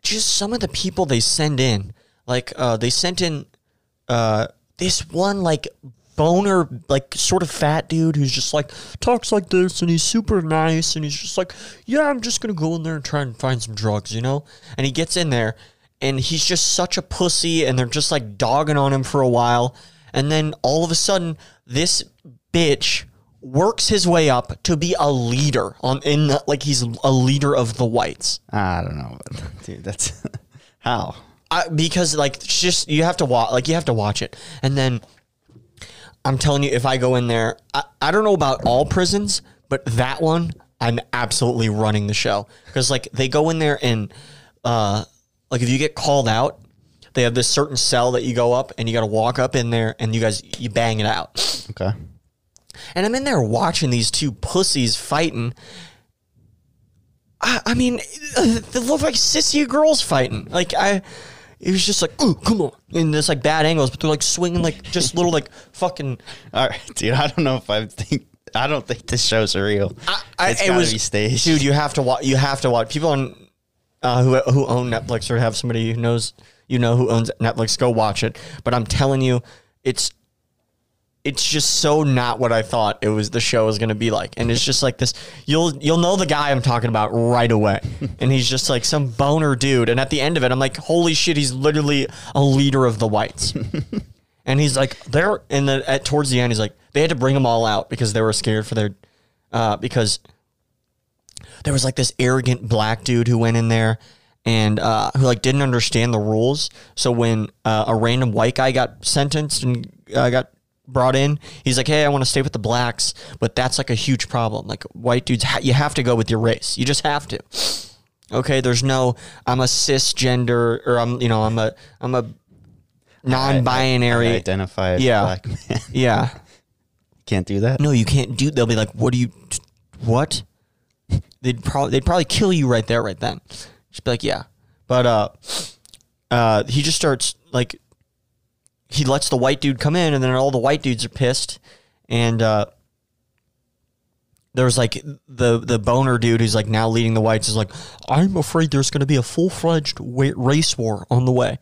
Speaker 3: just some of the people they send in, like uh, they sent in uh, this one like boner like sort of fat dude who's just like talks like this and he's super nice and he's just like yeah i'm just gonna go in there and try and find some drugs you know and he gets in there and he's just such a pussy and they're just like dogging on him for a while and then all of a sudden this bitch works his way up to be a leader on in the, like he's a leader of the whites
Speaker 2: I don't know. Dude, that's. How?
Speaker 3: I, because like it's just you have to watch like you have to watch it and then i'm telling you if i go in there i, I don't know about all prisons but that one i'm absolutely running the show because like they go in there and uh like if you get called out they have this certain cell that you go up and you got to walk up in there and you guys you bang it out
Speaker 2: Okay.
Speaker 3: and I'm in there watching these two pussies fighting. I, I mean, they look like sissy girls fighting. Like I, it was just like, ooh, come on, and there's like bad angles, but they're like swinging like just little like fucking.
Speaker 2: All right, dude. I don't know if I think. I don't think this show's real.
Speaker 3: I, I,
Speaker 2: it's
Speaker 3: it
Speaker 2: gotta
Speaker 3: was
Speaker 2: be staged.
Speaker 3: dude. You have to watch. You have to watch. People on uh, who who own Netflix or have somebody who knows you know who owns Netflix. Go watch it. But I'm telling you, it's it's just so not what I thought it was the show was gonna be like. And it's just like this you'll you'll know the guy I'm talking about right away. and he's just like some boner dude. And at the end of it, I'm like, holy shit, he's literally a leader of the whites. and he's like, they're and then at towards the end, he's like, they had to bring them all out because they were scared for their uh because there was like this arrogant black dude who went in there and uh, who like didn't understand the rules. So when uh, a random white guy got sentenced and uh, got brought in, he's like, "Hey, I want to stay with the blacks," but that's like a huge problem. Like white dudes, ha- you have to go with your race. You just have to. Okay, there's no I'm a cisgender or I'm you know I'm a I'm a non-binary.
Speaker 2: identify as
Speaker 3: Yeah.
Speaker 2: black man.
Speaker 3: yeah.
Speaker 2: Can't do that.
Speaker 3: No, you can't do. They'll be like, "What do you? What?" They'd probably they'd probably kill you right there, right then. Just be like, "Yeah," but uh, uh, he just starts like he lets the white dude come in, and then all the white dudes are pissed, and uh, there was like the the boner dude who's like now leading the whites is like, I'm afraid there's going to be a full fledged wa- race war on the way,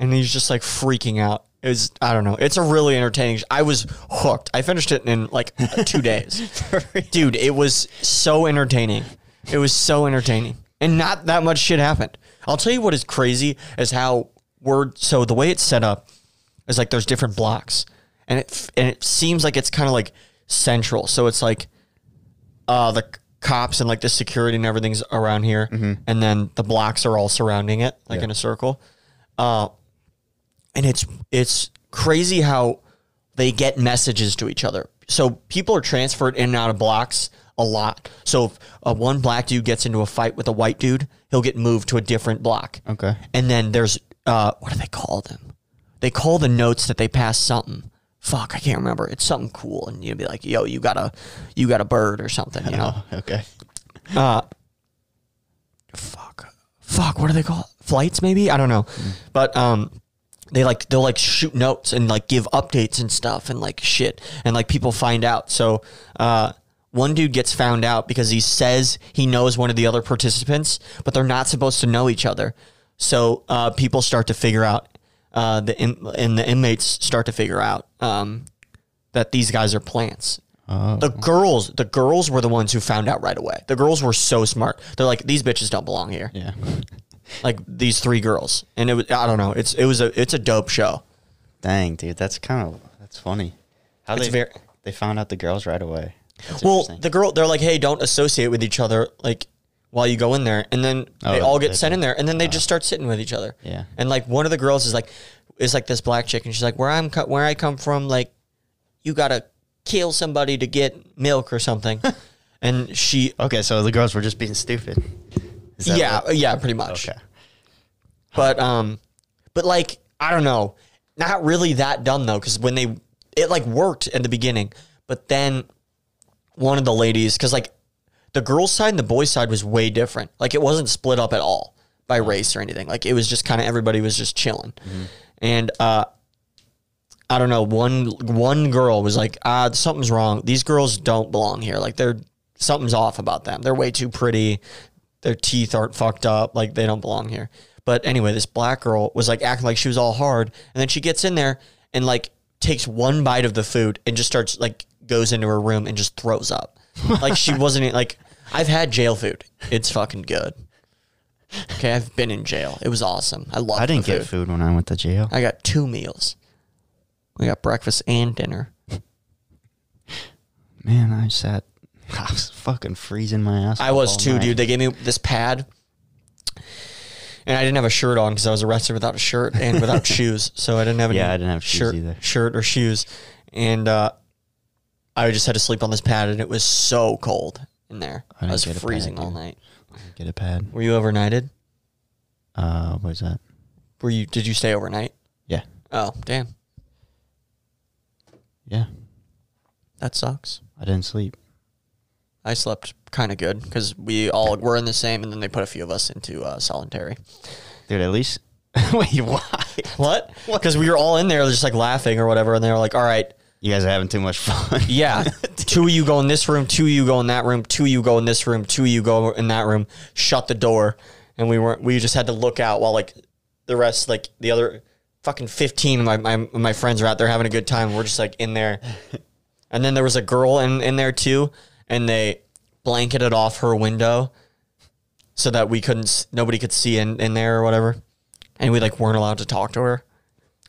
Speaker 3: and he's just like freaking out. It was I don't know. It's a really entertaining. Sh- I was hooked. I finished it in like two days, dude. It was so entertaining. It was so entertaining, and not that much shit happened. I'll tell you what is crazy is how we're so the way it's set up is like there's different blocks, and it f- and it seems like it's kind of like central. So it's like uh, the c- cops and like the security and everything's around here, and then the blocks are all surrounding it, like in a circle. Uh, and it's it's crazy how they get messages to each other. So people are transferred in and out of blocks a lot. So if uh, one black dude gets into a fight with a white dude, he'll get moved to a different block.
Speaker 2: Okay.
Speaker 3: And then there's uh, what do they call them? They call the notes that they pass something. Fuck, I can't remember. It's something cool, and you'd be like, "Yo, you got a, you got a bird or something," you know?
Speaker 2: Oh, Okay.
Speaker 3: fuck fuck what do they call it? flights maybe i don't know but um they like they'll like shoot notes and like give updates and stuff and like shit and like people find out so uh one dude gets found out because he says he knows one of the other participants but they're not supposed to know each other so uh people start to figure out uh the in- and the inmates start to figure out um that these guys are plants. The girls, the girls were the ones who found out right away. The girls were so smart. They're like, these bitches don't belong here.
Speaker 2: Yeah.
Speaker 3: Like these three girls, and it was I don't know. It's it was a it's a dope show.
Speaker 2: Dang, dude, that's kind of that's funny. How
Speaker 3: It's
Speaker 2: they
Speaker 3: very-
Speaker 2: they found out the girls right away. That's
Speaker 3: Well,
Speaker 2: interesting.
Speaker 3: the girl, they're like, hey, don't associate with each other. Like while you go in there, and then they
Speaker 2: Oh,
Speaker 3: all get
Speaker 2: they- Oh.
Speaker 3: sent in there, and then they just start sitting with each other.
Speaker 2: Yeah.
Speaker 3: And like one of the girls is like, is like this black chick, and she's like, where I'm co- where I come from, like you gotta kill somebody to get milk or something. and she,
Speaker 2: okay, so the girls were just being stupid. Is that
Speaker 3: yeah,
Speaker 2: what-
Speaker 3: yeah, pretty much.
Speaker 2: Okay.
Speaker 3: But um, but like I don't know, not really that dumb though, because when they it like worked in the beginning, but then one of the ladies, because like the girls' side and the boys' side was way different. Like it wasn't split up at all by
Speaker 2: Uh-huh.
Speaker 3: race or anything. Like it was just kind of everybody was just chilling,
Speaker 2: Mm-hmm.
Speaker 3: and uh. I don't know. One one girl was like, "Ah, something's wrong. These girls don't belong here. Like they're something's off about them. They're way too pretty. Their teeth aren't fucked up. Like they don't belong here." But anyway, this black girl was like acting like she was all hard, and then she gets in there and like takes one bite of the food and just starts like goes into her room and just throws up. Like she wasn't in- like I've had jail food. It's fucking good. Okay, I've been in jail. It was awesome. I love.
Speaker 2: I didn't get food when I went to jail.
Speaker 3: I got two meals. I got breakfast and dinner.
Speaker 2: Man, I sat. I was fucking freezing my ass.
Speaker 3: I
Speaker 2: off
Speaker 3: was
Speaker 2: all
Speaker 3: too,
Speaker 2: night.
Speaker 3: dude. They gave me this pad, and I didn't have a shirt on because I was arrested without a shirt and without shoes. So I didn't have any.
Speaker 2: Yeah, I didn't have shoes
Speaker 3: shirt,
Speaker 2: either.
Speaker 3: Shirt or shoes, and uh, I just had to sleep on this pad, and it was so cold in there. I,
Speaker 2: didn't
Speaker 3: was
Speaker 2: get a pad,
Speaker 3: freezing all
Speaker 2: dude.
Speaker 3: night.
Speaker 2: Get a pad.
Speaker 3: Were you overnighted?
Speaker 2: Uh, what is that?
Speaker 3: Were you? Did you stay overnight?
Speaker 2: Yeah,
Speaker 3: Oh, damn,
Speaker 2: yeah.
Speaker 3: that sucks.
Speaker 2: I didn't sleep.
Speaker 3: I slept kind of good because we all were in the same, and then they put a few of us into uh, solitary.
Speaker 2: Dude, at least. Wait, why?
Speaker 3: What? Because we were all in there, just like laughing or whatever, and they were like, "All right,
Speaker 2: You guys are having too much fun.
Speaker 3: yeah, two of you go in this room, two of you go in that room, two of you go in this room, two of you go in that room. Shut the door." And we weren't. We just had to look out while like the rest, like the other fucking fifteen, of my my my friends are out there having a good time. We're just like in there, and then there was a girl in in there too, and they blanketed off her window so that we couldn't, s- nobody could see in in there or whatever, and we like weren't allowed to talk to her.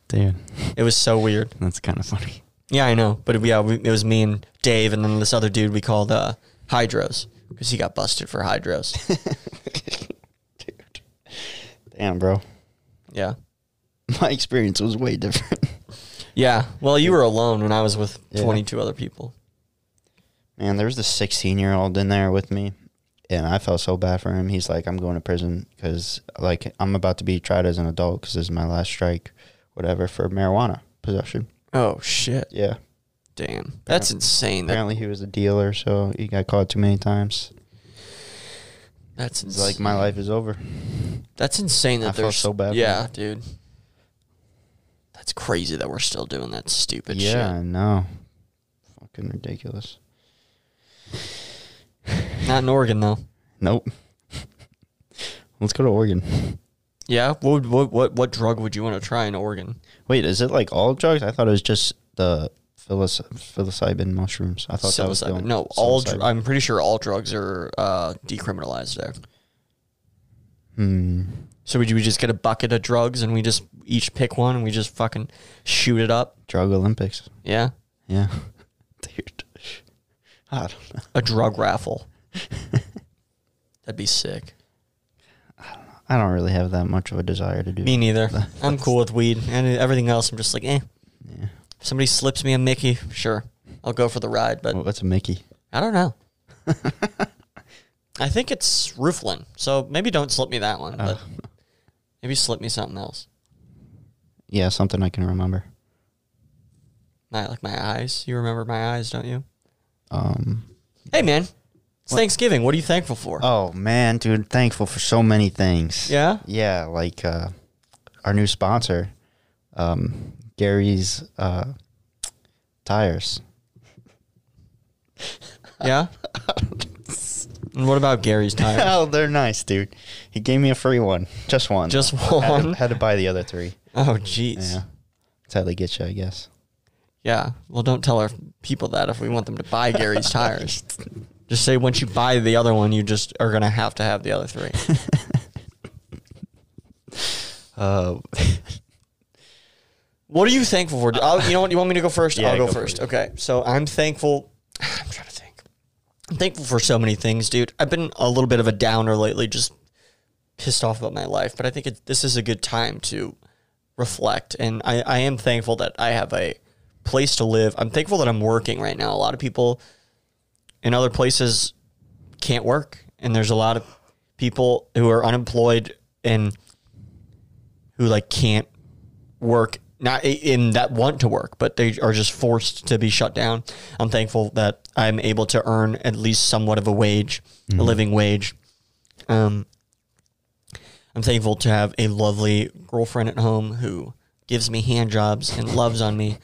Speaker 2: Dude,
Speaker 3: It was so weird.
Speaker 2: that's kind of funny.
Speaker 3: Yeah, I know. But yeah, we, it was me and Dave, and then this other dude we called uh, Hydros because he got busted for Hydros.
Speaker 2: Damn, bro.
Speaker 3: yeah.
Speaker 2: My experience was way different.
Speaker 3: Yeah. Well, you were alone when I was with
Speaker 2: Yeah.
Speaker 3: 22 other people.
Speaker 2: Man, there was this 16 year old in there with me, and I felt so bad for him. He's like, I'm going to prison because, like, I'm about to be tried as an adult because this is my last strike, whatever, for marijuana possession.
Speaker 3: Oh, shit.
Speaker 2: Yeah.
Speaker 3: Damn. That's insane. That,
Speaker 2: Apparently, he was a dealer, so he got caught too many times.
Speaker 3: that's
Speaker 2: It's
Speaker 3: insane.
Speaker 2: like, my life is over.
Speaker 3: That's insane that
Speaker 2: I felt
Speaker 3: there's.
Speaker 2: so bad for
Speaker 3: Yeah, dude. That's crazy that we're still doing that stupid
Speaker 2: yeah, I
Speaker 3: shit.
Speaker 2: know. Fucking ridiculous.
Speaker 3: Not in Oregon though.
Speaker 2: Nope. Let's go to Oregon.
Speaker 3: Yeah. What would- what what what drug would you want to try in Oregon?
Speaker 2: Wait, is it like all drugs? I thought it was just the psiloc- psilocybin mushrooms. I thought that was the
Speaker 3: Psilocybin.
Speaker 2: only-
Speaker 3: No, all.
Speaker 2: psilocybin.
Speaker 3: Dr- I'm pretty sure all drugs are uh, decriminalized there.
Speaker 2: Hmm.
Speaker 3: So would you we just get a bucket of drugs and we just each pick one and we just fucking shoot it up?
Speaker 2: Drug Olympics.
Speaker 3: Yeah,
Speaker 2: Yeah. Dude. I don't know.
Speaker 3: a drug raffle. That'd be sick.
Speaker 2: I don't really have that much of a desire to do
Speaker 3: Me neither. I'm cool with weed and everything else. I'm just like, eh.
Speaker 2: Yeah.
Speaker 3: If somebody slips me a Mickey, sure, I'll go for the ride. But
Speaker 2: Well, What's a Mickey?
Speaker 3: I don't know. I think it's Rooflin, so maybe don't slip me that one. But maybe slip me something else.
Speaker 2: Yeah, something I can remember.
Speaker 3: My like my eyes. You remember my eyes, don't you?
Speaker 2: Um.
Speaker 3: Hey man, it's Thanksgiving. What are you thankful for?
Speaker 2: Oh man, dude, thankful for so many things.
Speaker 3: yeah.
Speaker 2: Yeah, like uh, our new sponsor, um, Gary's uh, tires.
Speaker 3: Yeah. and what about Gary's tire?
Speaker 2: Oh, they're nice, dude. He gave me a free one, just one.
Speaker 3: Just
Speaker 2: Had to,
Speaker 3: one.
Speaker 2: had to buy the other three.
Speaker 3: Oh, jeez.
Speaker 2: Yeah,
Speaker 3: Yeah.
Speaker 2: that's how they get you, I guess.
Speaker 3: Well, don't tell our people that if we want them to buy Gary's tires. Just say once you buy the other one, you just are gonna have to have the other three.
Speaker 2: Uh,
Speaker 3: What are you thankful for? I'll, you know what? You want me to go first?
Speaker 2: Yeah,
Speaker 3: I'll go,
Speaker 2: go
Speaker 3: first. Okay. So I'm thankful. I'm trying to think. I'm thankful for so many things, dude. I've been a little bit of a downer lately, just pissed off about my life. But I think it, this is a good time to reflect. And I, I am thankful that I have a place to live. I'm thankful that I'm working right now. A lot of people in other places can't work. And there's a lot of people who are unemployed and who like can't work not i- in that want to work but they are just forced to be shut down i'm thankful that i'm able to earn at least somewhat of a wage a living wage um, i'm thankful to have a lovely girlfriend at home who gives me hand jobs and loves on me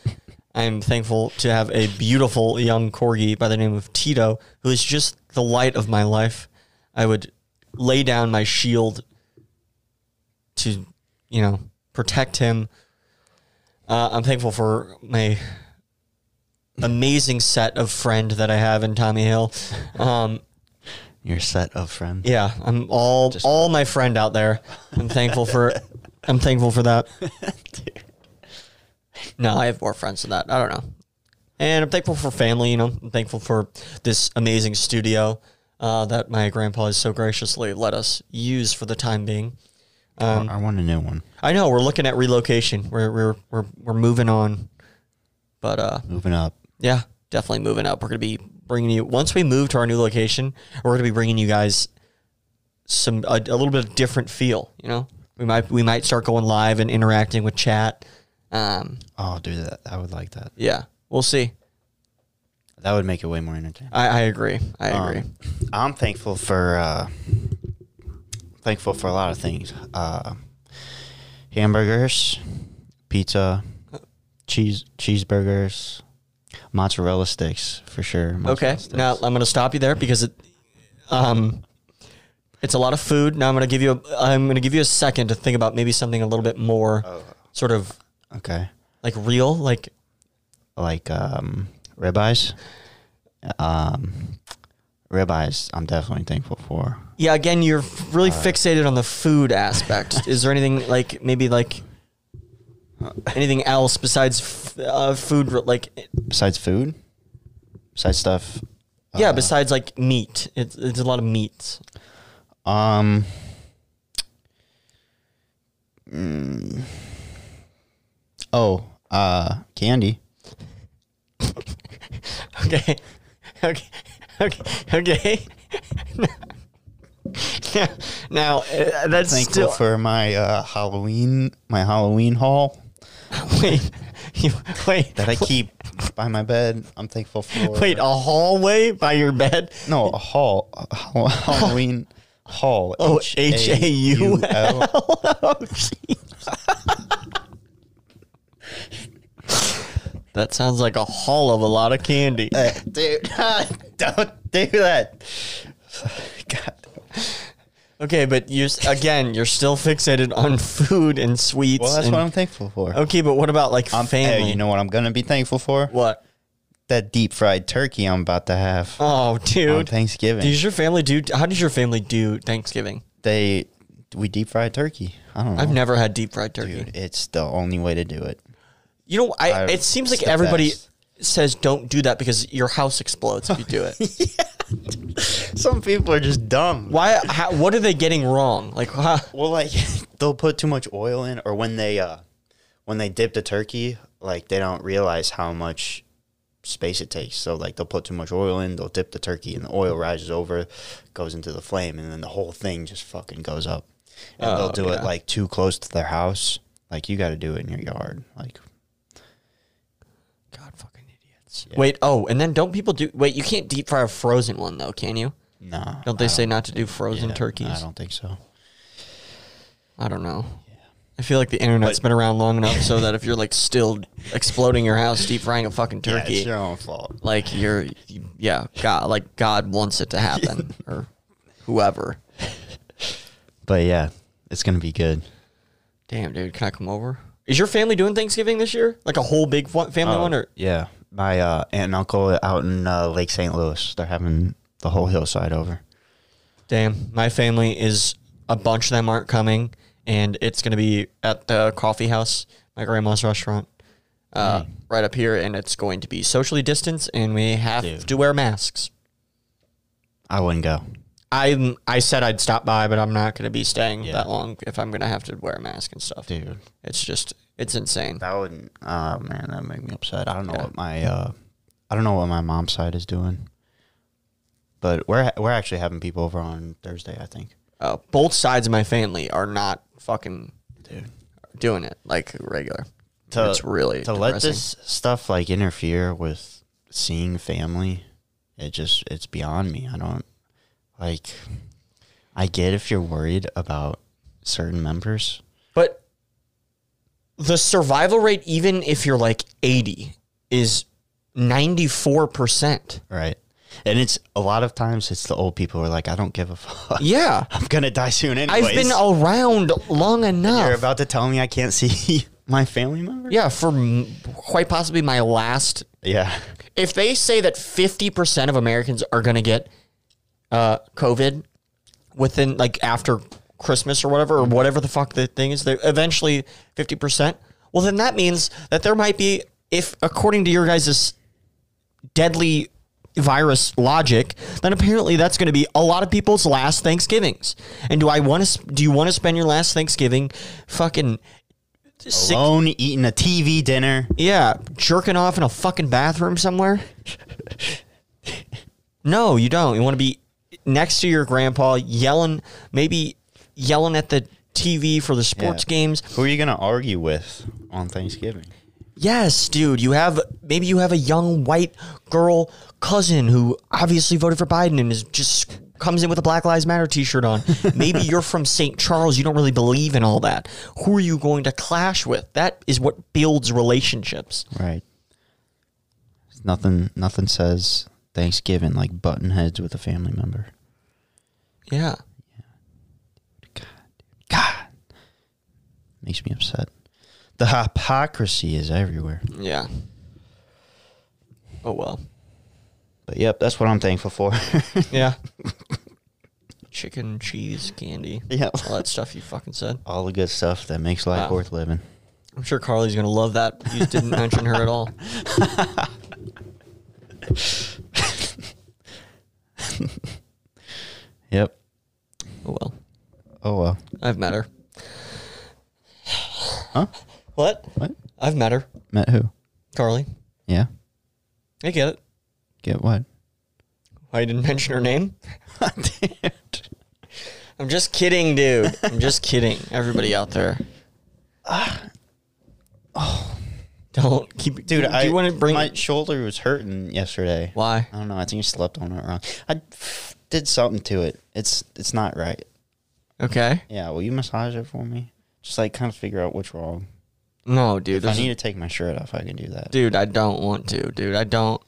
Speaker 3: i'm thankful to have a beautiful young corgi by the name of tito who is just the light of my life i would lay down my shield to you know protect him. Uh, I'm thankful for my amazing set of friend that I have in Tommy Hill. Um,
Speaker 2: your set of friends.
Speaker 3: yeah, I'm all all my friend out there. I'm thankful for I'm thankful for that. No, I have more friends than that. I don't know. And I'm thankful for family, you know. I'm thankful for this amazing studio uh, that my grandpa has so graciously let us use for the time being.
Speaker 2: I want a new one.
Speaker 3: I know we're looking at relocation. We're we're we're we're moving on, but uh,
Speaker 2: Moving up.
Speaker 3: yeah, definitely moving up. We're gonna be bringing you once we move to our new location. We're gonna be bringing you guys some a, a little bit of different feel. You know, we might we might start going live and interacting with chat. Um,
Speaker 2: Oh, dude, that, I would like that.
Speaker 3: yeah, we'll see.
Speaker 2: That would make it way more entertaining.
Speaker 3: I, I agree. I
Speaker 2: Um,
Speaker 3: agree.
Speaker 2: I'm thankful for uh, thankful for a lot of things. Uh, hamburgers, pizza, cheese cheeseburgers, mozzarella sticks for sure. mozzarella
Speaker 3: Okay.
Speaker 2: sticks.
Speaker 3: Now I'm going to stop you there because it, um, it's a lot of food. Now I'm going to give you a, I'm going to give you a second to think about maybe something a little bit more, sort of
Speaker 2: okay,
Speaker 3: like real, like
Speaker 2: like um, ribeyes, um, ribeyes. I'm definitely thankful for.
Speaker 3: yeah. Again, you're really fixated on the food aspect. Is there anything like maybe like anything else besides f- uh, food? re- Like
Speaker 2: Besides food, besides stuff. uh, Uh-huh.
Speaker 3: yeah, besides like meat. It's it's a lot of meat.
Speaker 2: Um. mm, oh, uh, candy.
Speaker 3: Okay. Okay. Okay. Okay. now, now uh, that's
Speaker 2: Thankful
Speaker 3: still.
Speaker 2: for my uh, Halloween, my Halloween haul
Speaker 3: wait. You, wait.
Speaker 2: that I keep by my bed. I'm thankful for.
Speaker 3: Wait. A hallway by your bed.
Speaker 2: no, a haul, a hall- Halloween haul.
Speaker 3: Oh, H A U
Speaker 2: L.
Speaker 3: Oh, jeez. that sounds like a haul of a lot of candy.
Speaker 2: Dude, don't do that.
Speaker 3: Okay, but you again, you're still fixated on food and sweets.
Speaker 2: Well, that's
Speaker 3: and-
Speaker 2: what I'm thankful for.
Speaker 3: Okay, but what about like
Speaker 2: I'm
Speaker 3: family?
Speaker 2: Hey, you know what I'm gonna be thankful for?
Speaker 3: what?
Speaker 2: That deep fried turkey I'm about to have
Speaker 3: Oh,
Speaker 2: on
Speaker 3: dude.
Speaker 2: Thanksgiving.
Speaker 3: Does your family do? How does your family do Thanksgiving?
Speaker 2: they we deep fried turkey. I don't know.
Speaker 3: I've never had deep fried turkey.
Speaker 2: Dude, it's the only way to do it.
Speaker 3: You know, I,
Speaker 2: I-
Speaker 3: it seems
Speaker 2: it's
Speaker 3: like
Speaker 2: the
Speaker 3: everybody
Speaker 2: best.
Speaker 3: says don't do that because your house explodes if you do it.
Speaker 2: Some people are just dumb.
Speaker 3: Why? How, what are they getting wrong? Like, huh?
Speaker 2: Well, like they'll put too much oil in, or when they uh, when they dip the turkey, like they don't realize how much space it takes. So like they'll put too much oil in, they'll dip the turkey, and the oil rises over, goes into the flame, and then the whole thing just fucking goes up. And they'll
Speaker 3: Oh,
Speaker 2: do
Speaker 3: yeah.
Speaker 2: it like too close to their house. Like you got to do it in your yard. Like
Speaker 3: God, fucking idiots. Wait. Oh, and then don't people do? Wait, you can't deep fry a frozen one though, can you?
Speaker 2: nah.
Speaker 3: Don't they say not to do frozen turkeys?
Speaker 2: I don't think so.
Speaker 3: I don't know. I feel like the internet's been around long enough so that if you're like still exploding your house, deep frying a fucking turkey,
Speaker 2: Yeah, it's your own fault.
Speaker 3: like you're, yeah, God, like God wants it to happen or whoever.
Speaker 2: But yeah, it's gonna be good.
Speaker 3: Damn, dude, can I come over? Is your family doing Thanksgiving this year? Like a whole big fa- family
Speaker 2: Oh.
Speaker 3: one, or
Speaker 2: Yeah, my uh, aunt and uncle out in uh, Lake St. Louis. They're having the whole hillside over.
Speaker 3: damn, my family is a bunch of them aren't coming, and it's gonna be at the coffee house, my grandma's restaurant, uh, right up here, and it's going to be socially distanced, and we have
Speaker 2: Dude.
Speaker 3: to wear masks.
Speaker 2: I wouldn't go.
Speaker 3: I I said I'd stop by, but I'm not going to be staying
Speaker 2: Yeah.
Speaker 3: that long if I'm going to have to wear a mask and stuff.
Speaker 2: Dude.
Speaker 3: It's just it's insane.
Speaker 2: That wouldn't. Oh man, that make me upset. I don't know what my uh, I don't know what my mom's side is doing. But we're we're actually having people over on Thursday. I think.
Speaker 3: Uh, both sides of my family are not fucking
Speaker 2: Dude.
Speaker 3: doing it like regular.
Speaker 2: To-
Speaker 3: it's really
Speaker 2: to let
Speaker 3: depressing.
Speaker 2: this stuff like interfere with seeing family it just it's beyond me i don't like i get if you're worried about certain members
Speaker 3: But the survival rate, even if you're like 80, is 94 percent.
Speaker 2: right and it's a lot of times it's the old people who are like i don't give a fuck
Speaker 3: Yeah,
Speaker 2: i'm gonna die soon anyways
Speaker 3: I've been around long
Speaker 2: you're
Speaker 3: enough.
Speaker 2: about to tell me i can't see my family member
Speaker 3: yeah, for m- quite possibly my last
Speaker 2: yeah
Speaker 3: if they say that 50% of Americans are going to get uh, COVID within like after Christmas or whatever, or whatever the fuck the thing is, they eventually 50%. Well, then that means that there might be, if according to your guys' deadly virus logic, then apparently that's going to be a lot of people's last Thanksgivings. And do I want to, do you want to spend your last Thanksgiving fucking sick,
Speaker 2: alone eating a tv dinner
Speaker 3: yeah, jerking off in a fucking bathroom somewhere. no, you don't. You want to be next to your grandpa, yelling, maybe yelling at the TV for the sports
Speaker 2: Yeah.
Speaker 3: games.
Speaker 2: who are you gonna argue with on thanksgiving
Speaker 3: Yes, dude. You have maybe you have a young white girl cousin who obviously voted for Biden and is just comes in with a Black Lives Matter T-shirt on. Maybe you're from St. Charles. You don't really believe in all that. Who are you going to clash with? That is what builds relationships.
Speaker 2: Right. It's Nothing nothing says Thanksgiving like button heads with a family member.
Speaker 3: Yeah.
Speaker 2: God. Makes me upset. The hypocrisy is everywhere.
Speaker 3: Yeah. Oh well.
Speaker 2: But yep, that's what I'm thankful for.
Speaker 3: Yeah. Chicken, cheese, candy.
Speaker 2: yeah.
Speaker 3: All that stuff you fucking said.
Speaker 2: All the good stuff that makes life
Speaker 3: Wow.
Speaker 2: worth living.
Speaker 3: I'm sure Carly's gonna love that. You just didn't mention her at all.
Speaker 2: Yep.
Speaker 3: Oh well.
Speaker 2: Oh well.
Speaker 3: I've met her.
Speaker 2: Huh?
Speaker 3: What?
Speaker 2: What?
Speaker 3: I've met her.
Speaker 2: Met who?
Speaker 3: Carly.
Speaker 2: Yeah.
Speaker 3: I get it.
Speaker 2: Get what?
Speaker 3: Why you didn't mention her name? I'm just kidding, dude. I'm just kidding. Everybody out there. oh. Don't keep
Speaker 2: Dude,
Speaker 3: do
Speaker 2: I
Speaker 3: you want to bring
Speaker 2: my shoulder was hurting yesterday.
Speaker 3: why?
Speaker 2: I don't know. I think you slept on it wrong. I did something to it. It's it's not right.
Speaker 3: Okay.
Speaker 2: Yeah, will you massage it for me? Just like kind of figure out what's wrong.
Speaker 3: No, dude.
Speaker 2: If I
Speaker 3: This is
Speaker 2: need to take my shirt off, I can do that.
Speaker 3: Dude, I don't want to. Dude, I don't.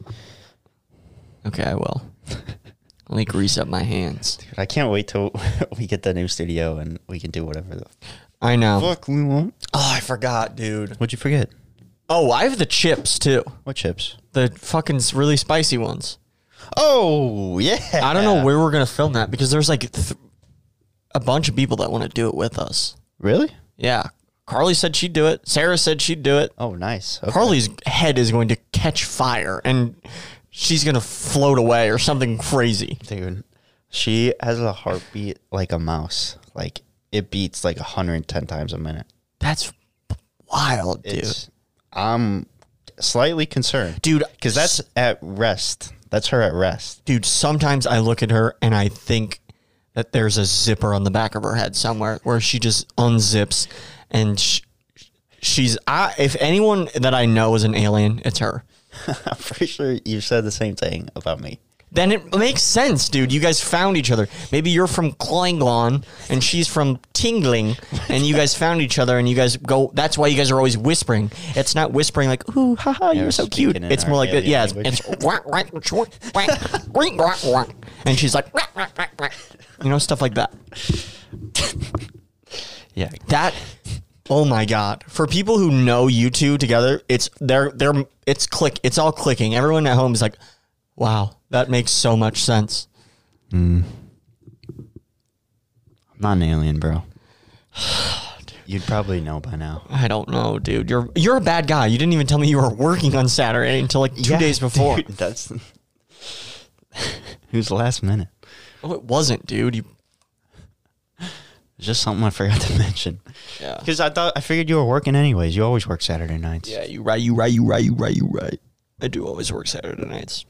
Speaker 3: Okay, I will. Let me grease up my hands.
Speaker 2: Dude, I can't wait till we get the new studio and we can do whatever the
Speaker 3: I know.
Speaker 2: fuck we want.
Speaker 3: Oh, I forgot, dude.
Speaker 2: What'd you forget?
Speaker 3: Oh, I have the chips too.
Speaker 2: What chips?
Speaker 3: The fucking s- really spicy ones.
Speaker 2: Oh yeah.
Speaker 3: I don't know where we're gonna film that because there's like th- a bunch of people that want to do it with us.
Speaker 2: Really?
Speaker 3: Yeah, Carly said she'd do it. Sarah said she'd do it.
Speaker 2: Oh, nice. Okay.
Speaker 3: Carly's head is going to catch fire and she's gonna float away or something crazy.
Speaker 2: dude. She has a heartbeat like a mouse. Like it beats like 110 times a minute.
Speaker 3: That's wild, dude.
Speaker 2: It's, I'm slightly concerned,
Speaker 3: dude,
Speaker 2: because that's at rest. That's her at rest.
Speaker 3: dude. Sometimes I look at her and I think that there's a zipper on the back of her head somewhere where she just unzips and sh- she's. I, if anyone that I know is an alien, it's her.
Speaker 2: I'm pretty sure you said the same thing about me.
Speaker 3: Then it makes sense, dude. You guys found each other. Maybe you're from Klingon and she's from Tingling, and you guys found each other, and you guys go. That's why you guys are always whispering. It's not whispering like "Ooh, haha, you're
Speaker 2: we're
Speaker 3: so cute."
Speaker 2: speaking in
Speaker 3: It's
Speaker 2: our
Speaker 3: more like that.
Speaker 2: alien
Speaker 3: Yeah,
Speaker 2: language.
Speaker 3: it's, it's wah, wah, wah, wah, wah, wah, wah. and she's like, "Wah, wah, wah, wah." you know, stuff like that.
Speaker 2: Yeah.
Speaker 3: That, oh my god! For people who know you two together, it's they're they're it's click. It's all clicking. Everyone at home is like, "Wow, that makes so much sense."
Speaker 2: I'm not an alien, bro. You'd probably know by now.
Speaker 3: I don't know, dude. You're you're a bad guy. You didn't even tell me you were working on Saturday until like two days before.
Speaker 2: Dude, that's who's the last minute.
Speaker 3: Oh, it wasn't, dude. You
Speaker 2: It's just something I forgot to mention.
Speaker 3: yeah.
Speaker 2: Because I thought I figured you were working anyways. You always work Saturday nights.
Speaker 3: Yeah, you right, you right, you right, you right, you right. I do always work Saturday nights.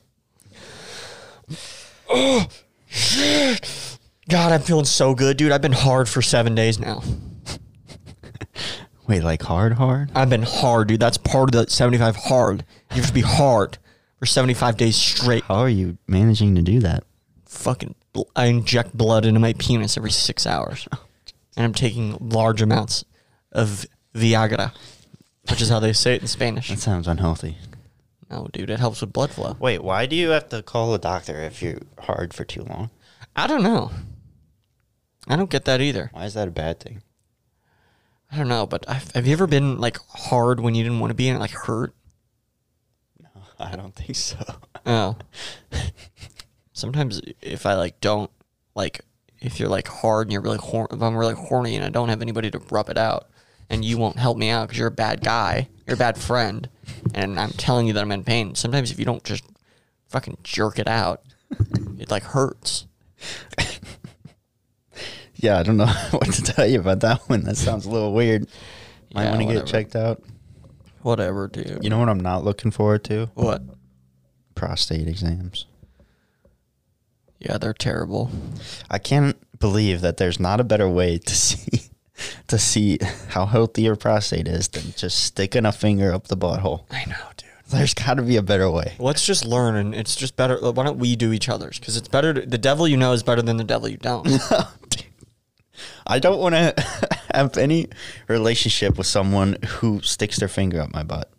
Speaker 3: Oh shit. God, I'm feeling so good, dude. I've been hard for seven days now.
Speaker 2: Wait, like hard, hard.
Speaker 3: I've been hard, dude. That's part of the 75 hard. You have to be hard for 75 days straight.
Speaker 2: How are you managing to do that?
Speaker 3: fucking bl- I inject blood into my penis every six hours, and I'm taking large amounts of Viagra, which is how they say it in Spanish.
Speaker 2: That sounds unhealthy.
Speaker 3: No, dude, it helps with blood flow.
Speaker 2: Wait, why do you have to call a doctor if you're hard for too long?
Speaker 3: I don't know. I don't get that either.
Speaker 2: Why is that a bad thing?
Speaker 3: I don't know, but I've, have you ever been like hard when you didn't want to be and it like hurt?
Speaker 2: I don't think so.
Speaker 3: Oh. Sometimes if I like don't like if you're like hard and you're really hor- if I'm really horny and I don't have anybody to rub it out and you won't help me out because you're a bad guy, you're a bad friend, and I'm telling you that I'm in pain. Sometimes if you don't just fucking jerk it out, it like hurts.
Speaker 2: Yeah, I don't know what to tell you about that one. That sounds a little weird. Might
Speaker 3: Yeah,
Speaker 2: want to
Speaker 3: whatever.
Speaker 2: get checked out.
Speaker 3: Whatever, dude.
Speaker 2: You know what I'm not looking forward to?
Speaker 3: what?
Speaker 2: Prostate exams.
Speaker 3: Yeah, they're terrible.
Speaker 2: I can't believe that there's not a better way to see to see how healthy your prostate is than just sticking a finger up the butthole.
Speaker 3: I know, dude.
Speaker 2: There's got to be a better way.
Speaker 3: Let's just learn, and it's just better. uh, Why don't we do each other's? Because it's better. To, the devil you know is better than the devil you don't.
Speaker 2: I don't want to have any relationship with someone who sticks their finger up my butt.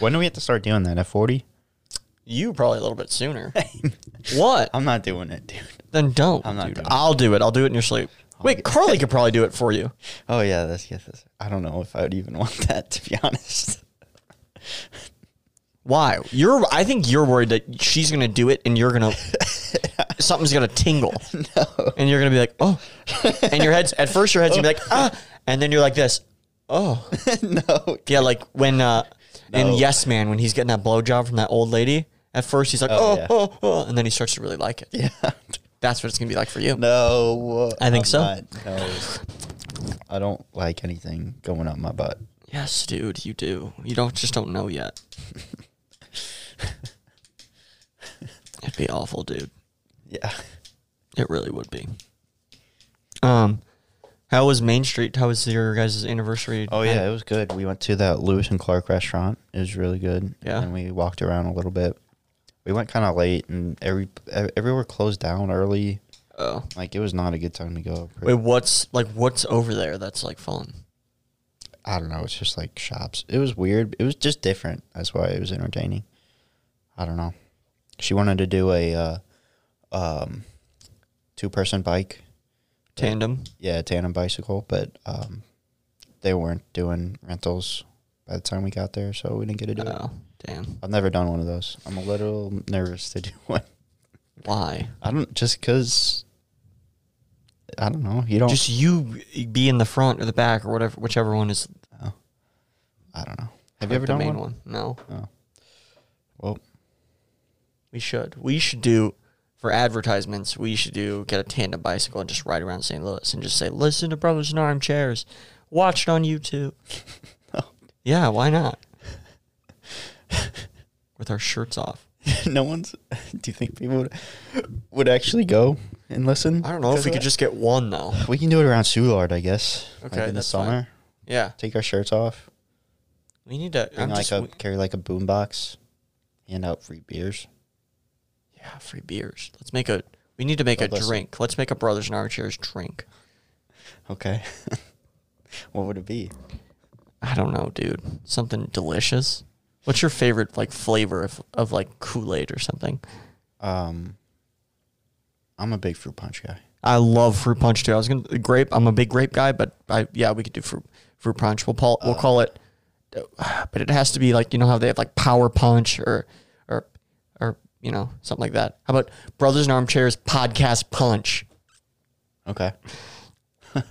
Speaker 2: When do we have to start doing that? At 40?
Speaker 3: you probably a little bit sooner. what?
Speaker 2: I'm not doing it, dude.
Speaker 3: then don't.
Speaker 2: I'm not
Speaker 3: dude.
Speaker 2: doing it.
Speaker 3: I'll do it. I'll do it in your sleep. Wait, Carly could probably do it for you.
Speaker 2: Oh, yeah, that's, yes, that's, I don't know if I would even want that, to be honest.
Speaker 3: Why? You're. I think you're worried that she's gonna do it, and you're gonna something's gonna tingle, and you're gonna be like, oh, and your head's at first your head's gonna be like ah, and then you're like this, oh,
Speaker 2: no.
Speaker 3: yeah, like when uh, in
Speaker 2: No.
Speaker 3: Yes Man when he's getting that blowjob from that old lady. At first he's like oh,
Speaker 2: yeah.
Speaker 3: oh oh, and then he starts to really like it.
Speaker 2: Yeah.
Speaker 3: That's what it's gonna be like for you.
Speaker 2: No.
Speaker 3: I
Speaker 2: I'm
Speaker 3: think so.
Speaker 2: not. no. I don't like anything going up my butt.
Speaker 3: Yes, dude, you do. You don't just don't know yet. It'd be awful, dude.
Speaker 2: Yeah.
Speaker 3: It really would be. Um, how was Main Street? How was your guys' anniversary?
Speaker 2: Oh yeah, it was good. We went to that Lewis and Clark restaurant. It was really good.
Speaker 3: Yeah.
Speaker 2: and we walked around a little bit. We went kind of late, and every ev- everywhere closed down early.
Speaker 3: Oh.
Speaker 2: Like it was not a good time to go.
Speaker 3: Wait, what's like what's over there that's like fun?
Speaker 2: I don't know. It's just like shops. It was weird. It was just different. That's why it was entertaining. I don't know. She wanted to do a uh, um, two person bike.
Speaker 3: Tandem.
Speaker 2: Yeah, tandem bicycle, but um, they weren't doing rentals by the time we got there, so we didn't get to do it.
Speaker 3: Oh, damn.
Speaker 2: I've never done one of those. I'm a little nervous to do one.
Speaker 3: Why?
Speaker 2: I don't just because. I don't know. You don't.
Speaker 3: Just you be in the front or the back or whatever, whichever one is.
Speaker 2: I don't know. Have
Speaker 3: like,
Speaker 2: you ever
Speaker 3: the
Speaker 2: done
Speaker 3: main
Speaker 2: one?
Speaker 3: one? No.
Speaker 2: Well,
Speaker 3: We should. We should do for advertisements. We should do get a tandem bicycle and just ride around St. Louis and just say, "Listen to Brothers in Armchairs, watch it on YouTube." Yeah, why not? With our shirts off.
Speaker 2: no one's. Do you think people would, would actually go and listen?
Speaker 3: I don't know if we could just get one though.
Speaker 2: We can do it around Soulard, I guess.
Speaker 3: Okay,
Speaker 2: like in the
Speaker 3: that's fine.
Speaker 2: summer,
Speaker 3: Yeah,
Speaker 2: take our shirts off,
Speaker 3: we need to.
Speaker 2: bring
Speaker 3: I'm
Speaker 2: like
Speaker 3: just-
Speaker 2: a
Speaker 3: we-
Speaker 2: carry like a boombox, hand out free beers.
Speaker 3: yeah, free beers. Let's make a. We need to make a
Speaker 2: listen.
Speaker 3: drink. Let's make a Brothers in Armchairs drink.
Speaker 2: Okay. what would it be?
Speaker 3: I don't know, dude. Something delicious. What's your favorite like flavor of, of like Kool Aid or something?
Speaker 2: Um, I'm a big fruit punch guy.
Speaker 3: I love fruit punch too. I was gonna grape. I'm a big grape guy, but I yeah, we could do fruit fruit punch. We'll call we'll call it, uh, but it has to be like you know how they have like power punch or or or you know something like that. How about brothers in armchairs podcast punch?
Speaker 2: Okay.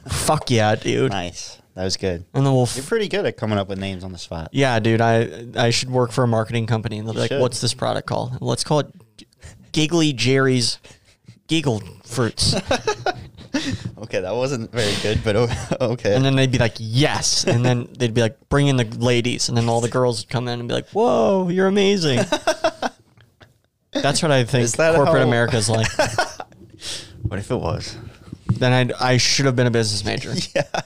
Speaker 3: Fuck yeah, dude.
Speaker 2: Nice. That was good.
Speaker 3: And then we'll
Speaker 2: You're
Speaker 3: f-
Speaker 2: pretty good at coming up with names on the spot.
Speaker 3: yeah, dude. I I should work for a marketing company and they'll be like,
Speaker 2: should.
Speaker 3: what's this product called? Let's call it Giggly Jerry's Giggle Fruits.
Speaker 2: Okay, that wasn't very good, but o- okay.
Speaker 3: And then they'd be like, yes. And then they'd be like, bring in the ladies. And then all the girls would come in and be like, whoa, you're amazing. That's what I think
Speaker 2: Is that
Speaker 3: corporate
Speaker 2: how-
Speaker 3: America's like.
Speaker 2: what if it was?
Speaker 3: then I'd, I should have been a business major.
Speaker 2: Yeah.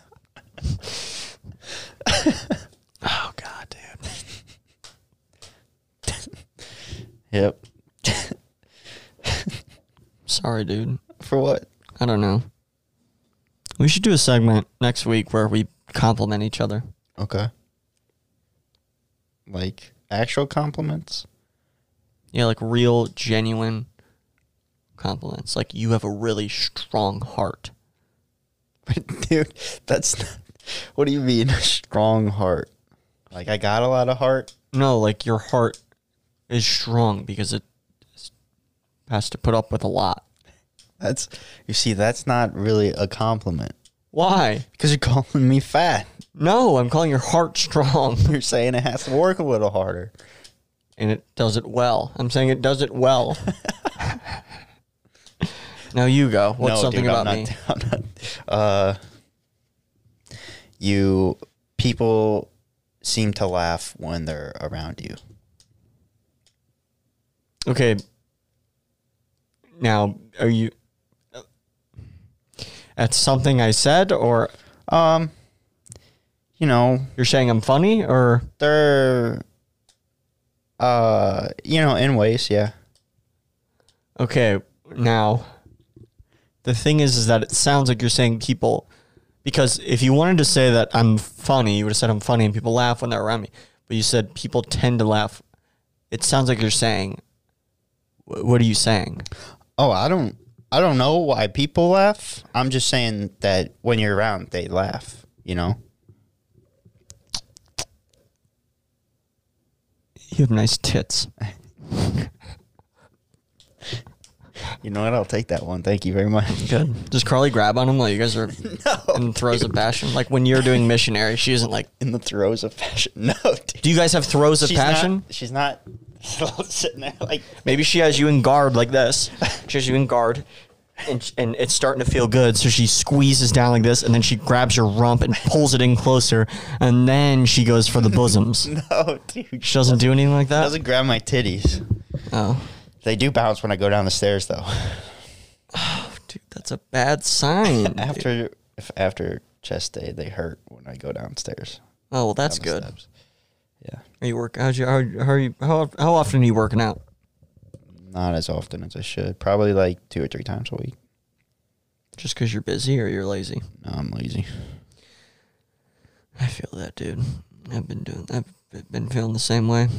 Speaker 3: Oh, God, dude.
Speaker 2: Yep.
Speaker 3: Sorry, dude.
Speaker 2: For what?
Speaker 3: I don't know. We should do a segment next week where we compliment each other.
Speaker 2: Okay. Like actual compliments?
Speaker 3: Yeah, like real, genuine compliments. Like, you have a really strong heart.
Speaker 2: Dude, that's not, what do you mean a strong heart? Like I got a lot of heart.
Speaker 3: No, like your heart is strong because it has to put up with a lot.
Speaker 2: That's you see, that's not really a compliment.
Speaker 3: Why?
Speaker 2: Because you're calling me fat.
Speaker 3: No, I'm calling your heart strong
Speaker 2: You're saying it has to work a little harder.
Speaker 3: and it does it well. I'm saying it does it well. now you go. What's something
Speaker 2: dude,
Speaker 3: about
Speaker 2: I'm
Speaker 3: me?
Speaker 2: not, I'm not, uh, you people seem to laugh when they're around you.
Speaker 3: okay. Now, are you at something I said or
Speaker 2: Um, you know,
Speaker 3: you're saying I'm funny or
Speaker 2: they're, uh, you know, in ways, yeah.
Speaker 3: Okay, now the thing is, is that it sounds like you're saying people, because if you wanted to say that I'm funny, you would have said I'm funny and people laugh when they're around me. But you said people tend to laugh. It sounds like you're saying, wh- what are you saying?
Speaker 2: Oh, I don't, I don't know why people laugh. I'm just saying that when you're around, they laugh. You know,
Speaker 3: You have nice tits.
Speaker 2: you know what? I'll take that one. Thank you very much.
Speaker 3: Good. Does Carly grab on him while you guys are in throes of passion? Like when you're doing missionary, she isn't like,
Speaker 2: In the throes of passion, no, dude.
Speaker 3: do you guys have throes of
Speaker 2: She's
Speaker 3: passion?
Speaker 2: Not, she's not sitting there like.
Speaker 3: Maybe she has you in guard like this. She has you in guard, and, and it's starting to feel good. So she squeezes down like this, and then she grabs your rump and pulls it in closer, and then she goes for the bosoms.
Speaker 2: Oh, dude.
Speaker 3: She doesn't do anything like that.
Speaker 2: doesn't grab my titties.
Speaker 3: Oh,
Speaker 2: They do bounce when I go down the stairs, though.
Speaker 3: dude, that's a bad sign. dude.
Speaker 2: After if after chest day, they hurt when I go downstairs.
Speaker 3: Oh, well, that's
Speaker 2: down the
Speaker 3: good.
Speaker 2: steps. Yeah,
Speaker 3: Are you work? How's your? How, how are you? How, how often are you working out?
Speaker 2: not as often as I should. Probably like two or three times a week.
Speaker 3: Just because you're busy or you're lazy?
Speaker 2: No, I'm lazy.
Speaker 3: I feel that, dude. I've been doing. I've been feeling the same way.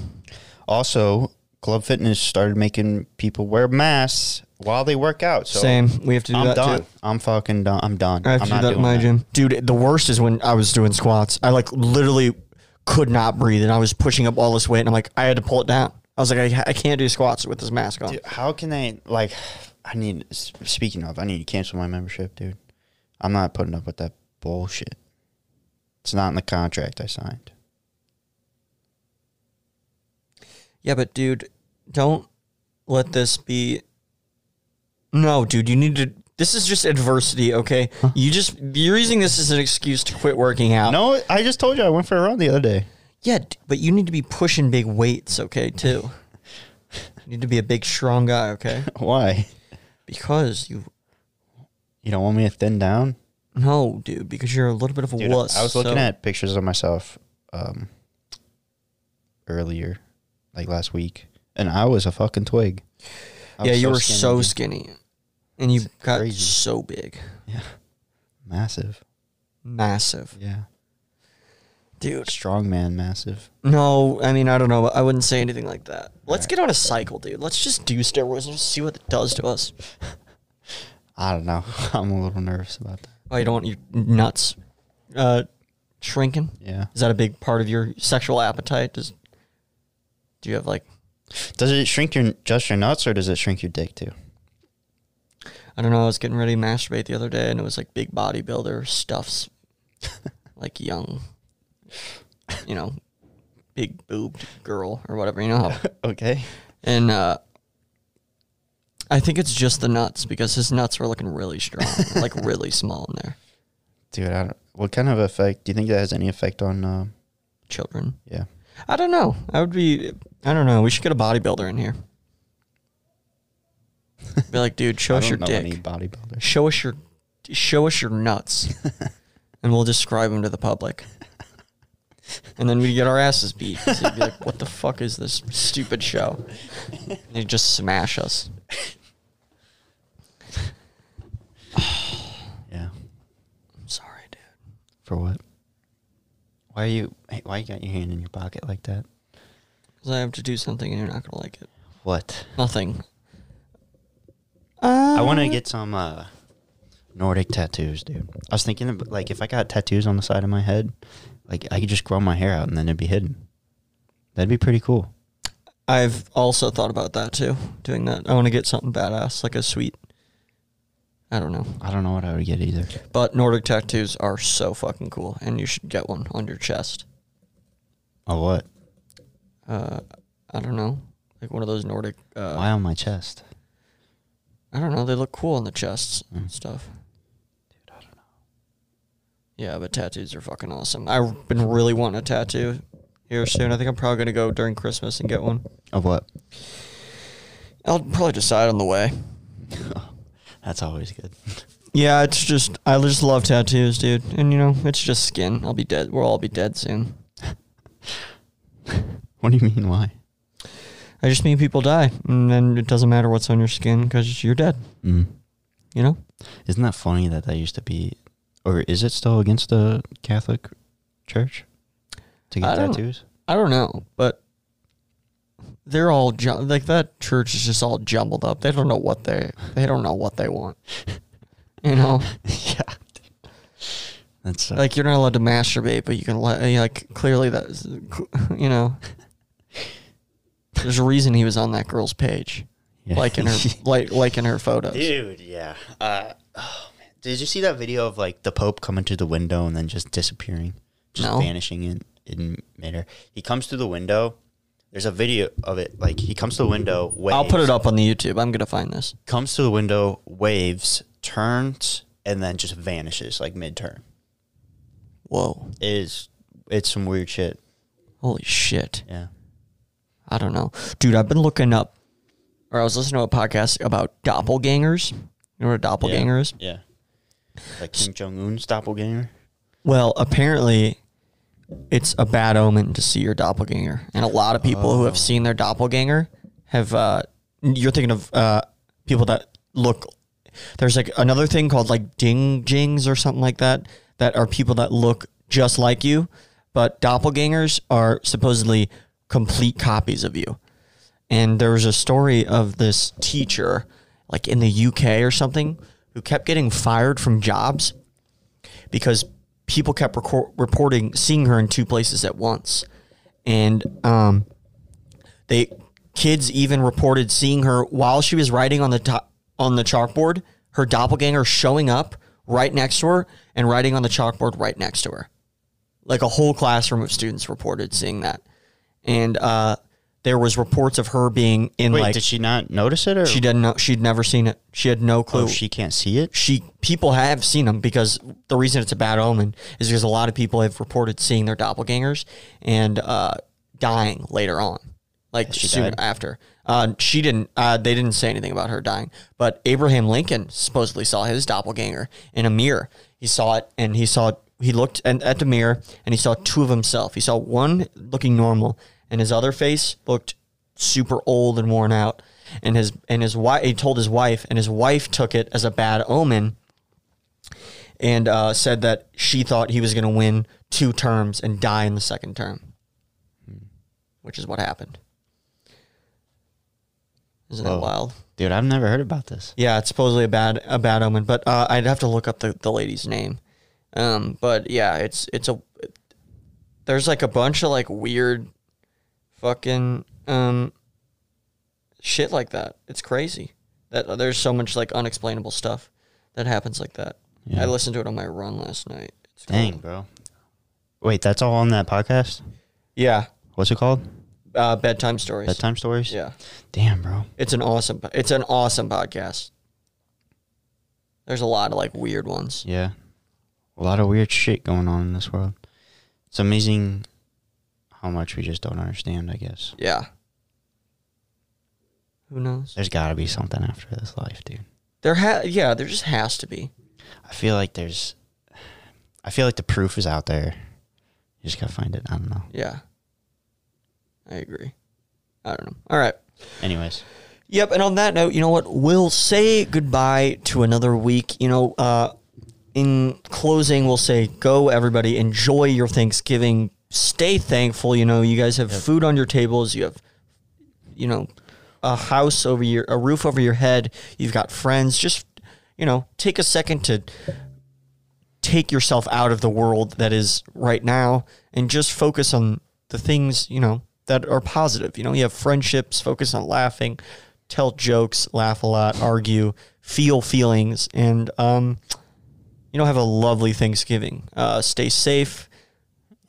Speaker 2: Also, Club Fitness started making people wear masks while they work out. So
Speaker 3: Same. We have to do
Speaker 2: I'm
Speaker 3: that
Speaker 2: done.
Speaker 3: too.
Speaker 2: I'm fucking done. I'm done.
Speaker 3: I have
Speaker 2: I'm
Speaker 3: to do that in my gym. Dude, the worst is when I was doing squats. I like literally could not breathe and I was pushing up all this weight and I'm like, I had to pull it down. I was like, I, I can't do squats with this mask on.
Speaker 2: Dude, how can they like? I need. s- Speaking of, I need to cancel my membership, dude. I'm not putting up with that bullshit. It's not in the contract I signed.
Speaker 3: Yeah, but dude, don't let this be. No, dude, you need to. This is just adversity, okay? You just you're using this as an excuse to quit working out.
Speaker 2: No, I just told you I went for a run the other day.
Speaker 3: Yeah, d- but you need to be pushing big weights, okay? Too. you need to be a big, strong guy, okay?
Speaker 2: Why?
Speaker 3: Because you
Speaker 2: You don't want me to thin down?
Speaker 3: no, dude. Because you're a little bit of a
Speaker 2: Dude,
Speaker 3: wuss.
Speaker 2: I was looking
Speaker 3: so-
Speaker 2: at pictures of myself um, earlier, like last week, and I was a fucking twig. I
Speaker 3: Yeah,
Speaker 2: was
Speaker 3: you were
Speaker 2: skinny,
Speaker 3: so
Speaker 2: dude.
Speaker 3: skinny, and you got
Speaker 2: crazy.
Speaker 3: so big,
Speaker 2: massive.
Speaker 3: massive,
Speaker 2: Yeah,
Speaker 3: dude.
Speaker 2: strongman, massive.
Speaker 3: No, I mean I don't know. I wouldn't say anything like that. Let's get on a cycle, dude. Let's just do steroids and just see what it does to us.
Speaker 2: I don't know. I'm a little nervous about that.
Speaker 3: Oh, you don't want your nuts uh, shrinking?
Speaker 2: Yeah.
Speaker 3: Is that a big part of your sexual appetite? Does do you have like
Speaker 2: Does it shrink your just your nuts, or does it shrink your dick too?
Speaker 3: I don't know. I was getting ready to masturbate the other day, and it was like big bodybuilder stuffs, like young, you know, big boobed girl or whatever. You know how
Speaker 2: Okay.
Speaker 3: And uh, I think it's just the nuts because his nuts were looking really strong, like really small in there.
Speaker 2: Dude, I don't, what kind of effect do you think that has any effect on? Um,
Speaker 3: Children.
Speaker 2: yeah,
Speaker 3: I don't know. I would be, I don't know. We should get a bodybuilder in here. Be like, dude, show
Speaker 2: I
Speaker 3: us
Speaker 2: don't
Speaker 3: your
Speaker 2: know any
Speaker 3: dick.
Speaker 2: bodybuilders.
Speaker 3: Show us your, show us your nuts, and we'll describe them to the public. And then we get our asses beat. 'cause they'd be like, what the fuck is this stupid show? They just smash us.
Speaker 2: Yeah.
Speaker 3: I'm sorry, dude.
Speaker 2: For what? Why are you? hey, Why you got your hand in your pocket like that?
Speaker 3: Because I have to do something and you're not gonna like it.
Speaker 2: What?
Speaker 3: Nothing. Um,
Speaker 2: I want to get some uh, Nordic tattoos, dude. I was thinking, of, like, if I got tattoos on the side of my head, like, I could just grow my hair out and then it'd be hidden. That'd be pretty cool.
Speaker 3: I've also thought about that too. Doing that, I want to get something badass, like a sweet. I don't know,
Speaker 2: I don't know what I would get either.
Speaker 3: but Nordic tattoos are so fucking cool, and you should get one on your chest.
Speaker 2: Oh, what?
Speaker 3: Uh, I don't know, like one of those Nordic. Uh,
Speaker 2: Why on my chest?
Speaker 3: I don't know. They look cool on the chests and stuff. Dude, I don't know. Yeah, but tattoos are fucking awesome. I've been really wanting a tattoo here soon. I think I'm probably gonna go during Christmas and get one.
Speaker 2: Of what?
Speaker 3: I'll probably decide on the way.
Speaker 2: That's always good.
Speaker 3: Yeah, it's just I just love tattoos, dude. And you know, it's just skin. I'll be dead. We'll all be dead soon.
Speaker 2: what do you mean, why?
Speaker 3: I just mean people die, and then it doesn't matter what's on your skin because you're dead.
Speaker 2: Mm.
Speaker 3: You know?
Speaker 2: Isn't that funny that that used to be, or is it still against the Catholic Church to
Speaker 3: I
Speaker 2: get
Speaker 3: don't-
Speaker 2: tattoos?
Speaker 3: I don't know, but they're all ju- like that church is just all jumbled up. They don't know what they they don't know what they want. You know,
Speaker 2: yeah. That's uh,
Speaker 3: like you're not allowed to masturbate, but you can let like clearly that's you know. There's a reason he was on that girl's page,
Speaker 2: yeah.
Speaker 3: liking her, like liking her photos.
Speaker 2: Dude, yeah. Uh, oh, man. Did you see that video of like the Pope coming through the window and then just disappearing, just
Speaker 3: No.
Speaker 2: vanishing in in midair? He comes through the window. There's a video of it. Like he comes to the window. Waves,
Speaker 3: I'll put it up on the YouTube. I'm gonna find this.
Speaker 2: Comes to the window, waves, turns, and then just vanishes like mid turn.
Speaker 3: Whoa!
Speaker 2: It Is it's some weird shit.
Speaker 3: Holy shit!
Speaker 2: Yeah.
Speaker 3: I don't know, dude. I've been looking up, or I was listening to a podcast about doppelgangers. You know what a doppelganger is?
Speaker 2: Yeah. Like Kim Jong Un's doppelganger.
Speaker 3: Well, apparently, it's a bad omen to see your doppelganger, and a lot of people who have seen their doppelganger have. Uh, you're thinking of uh, people that look. There's like another thing called like ding jings or something like that. That are people that look just like you, but doppelgangers are supposedly complete copies of you. And there was a story of this teacher like in the UK or something who kept getting fired from jobs because people kept recor- reporting seeing her in two places at once, and um, they kids even reported seeing her while she was writing on the top, on the chalkboard. Her doppelganger showing up right next to her and writing on the chalkboard right next to her. Like a whole classroom of students reported seeing that, and uh, there was reports of her being in
Speaker 2: Wait,
Speaker 3: like
Speaker 2: did she not notice it, or
Speaker 3: she
Speaker 2: she,
Speaker 3: didn't know she'd never seen it. She had no clue
Speaker 2: oh, she can't see it?
Speaker 3: she people have seen them because the reason it's a bad omen is because a lot of people have reported seeing their doppelgangers and uh, dying later on, like soon
Speaker 2: died?
Speaker 3: after. Uh, she didn't. Uh, they didn't say anything about her dying, but Abraham Lincoln supposedly saw his doppelganger in a mirror. He saw it, and he saw he looked and, at the mirror, and he saw two of himself. He saw one looking normal, and his other face looked super old and worn out. And his and his wife, he told his wife, and his wife took it as a bad omen, and uh, said that she thought he was going to win two terms and die in the second term, which is what happened. Isn't
Speaker 2: Whoa.
Speaker 3: that wild?
Speaker 2: Dude, I've never heard about this.
Speaker 3: Yeah, it's supposedly a bad a bad omen, but uh, I'd have to look up the, the lady's name. Um, but yeah, it's it's a there's like a bunch of like weird fucking um shit like that. It's crazy that there's so much like unexplainable stuff that happens like that. I listened to it on my run last night. It's
Speaker 2: Dang,
Speaker 3: cool.
Speaker 2: bro. Wait, that's all on that podcast.
Speaker 3: Yeah.
Speaker 2: What's it called?
Speaker 3: Uh, bedtime stories.
Speaker 2: Bedtime stories.
Speaker 3: Yeah.
Speaker 2: Damn, bro.
Speaker 3: It's an awesome po- it's an awesome podcast. There's a lot of like weird ones.
Speaker 2: Yeah. A lot of weird shit going on in this world. It's amazing how much we just don't understand, I guess.
Speaker 3: Yeah. Who knows?
Speaker 2: There's got to be something after this life, dude.
Speaker 3: There ha yeah, there just has to be.
Speaker 2: I feel like there's I feel like the proof is out there. You just got to find it. I don't know.
Speaker 3: Yeah. I agree. I don't know. All right.
Speaker 2: Anyways,
Speaker 3: Yep, and on that note, you know what? We'll say goodbye to another week. You know, uh in closing, we'll say go everybody, enjoy your Thanksgiving. Stay thankful, you know, you guys have food on your tables, you have you know, a house over your a roof over your head, you've got friends. Just you know, take a second to take yourself out of the world that is right now and just focus on the things, you know, that are positive. You know, you have friendships, focus on laughing, tell jokes, laugh a lot, argue, feel feelings, and, um, you know, have a lovely Thanksgiving. Uh, stay safe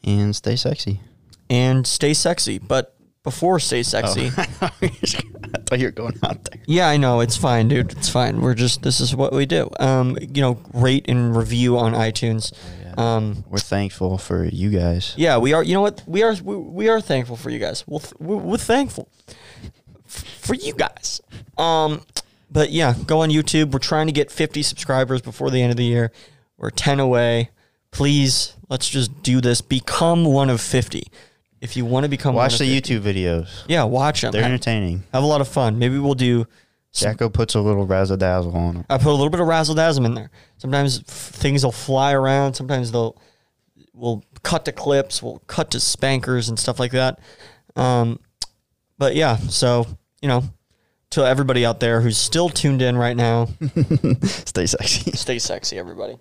Speaker 2: and stay sexy.
Speaker 3: and stay sexy. But before stay sexy,
Speaker 2: I thought you were going out there.
Speaker 3: Yeah, I know. It's fine, dude. It's fine. We're just this is what we do. Um, you know, rate and review on iTunes. Um,
Speaker 2: We're thankful for you guys.
Speaker 3: yeah, we are. You know what? We are. We, we are thankful for you guys. We'll, th- we're, we're thankful f- for you guys. Um, but yeah, go on YouTube. We're trying to get 50 subscribers before the end of the year. We're 10 away. Please, let's just do this. Become one of 50. If you want to become one
Speaker 2: Watch
Speaker 3: of
Speaker 2: the
Speaker 3: 50
Speaker 2: YouTube videos.
Speaker 3: yeah, watch them.
Speaker 2: They're
Speaker 3: Have,
Speaker 2: entertaining.
Speaker 3: have a lot of fun. Maybe we'll do
Speaker 2: Jacko puts a little razzle dazzle on them.
Speaker 3: I put a little bit of razzle dazzle in there. Sometimes f- things will fly around. Sometimes they'll we'll cut to clips. We'll cut to spankers and stuff like that. Um, but yeah, so you know, to everybody out there who's still tuned in right now,
Speaker 2: Stay sexy.
Speaker 3: stay sexy, everybody.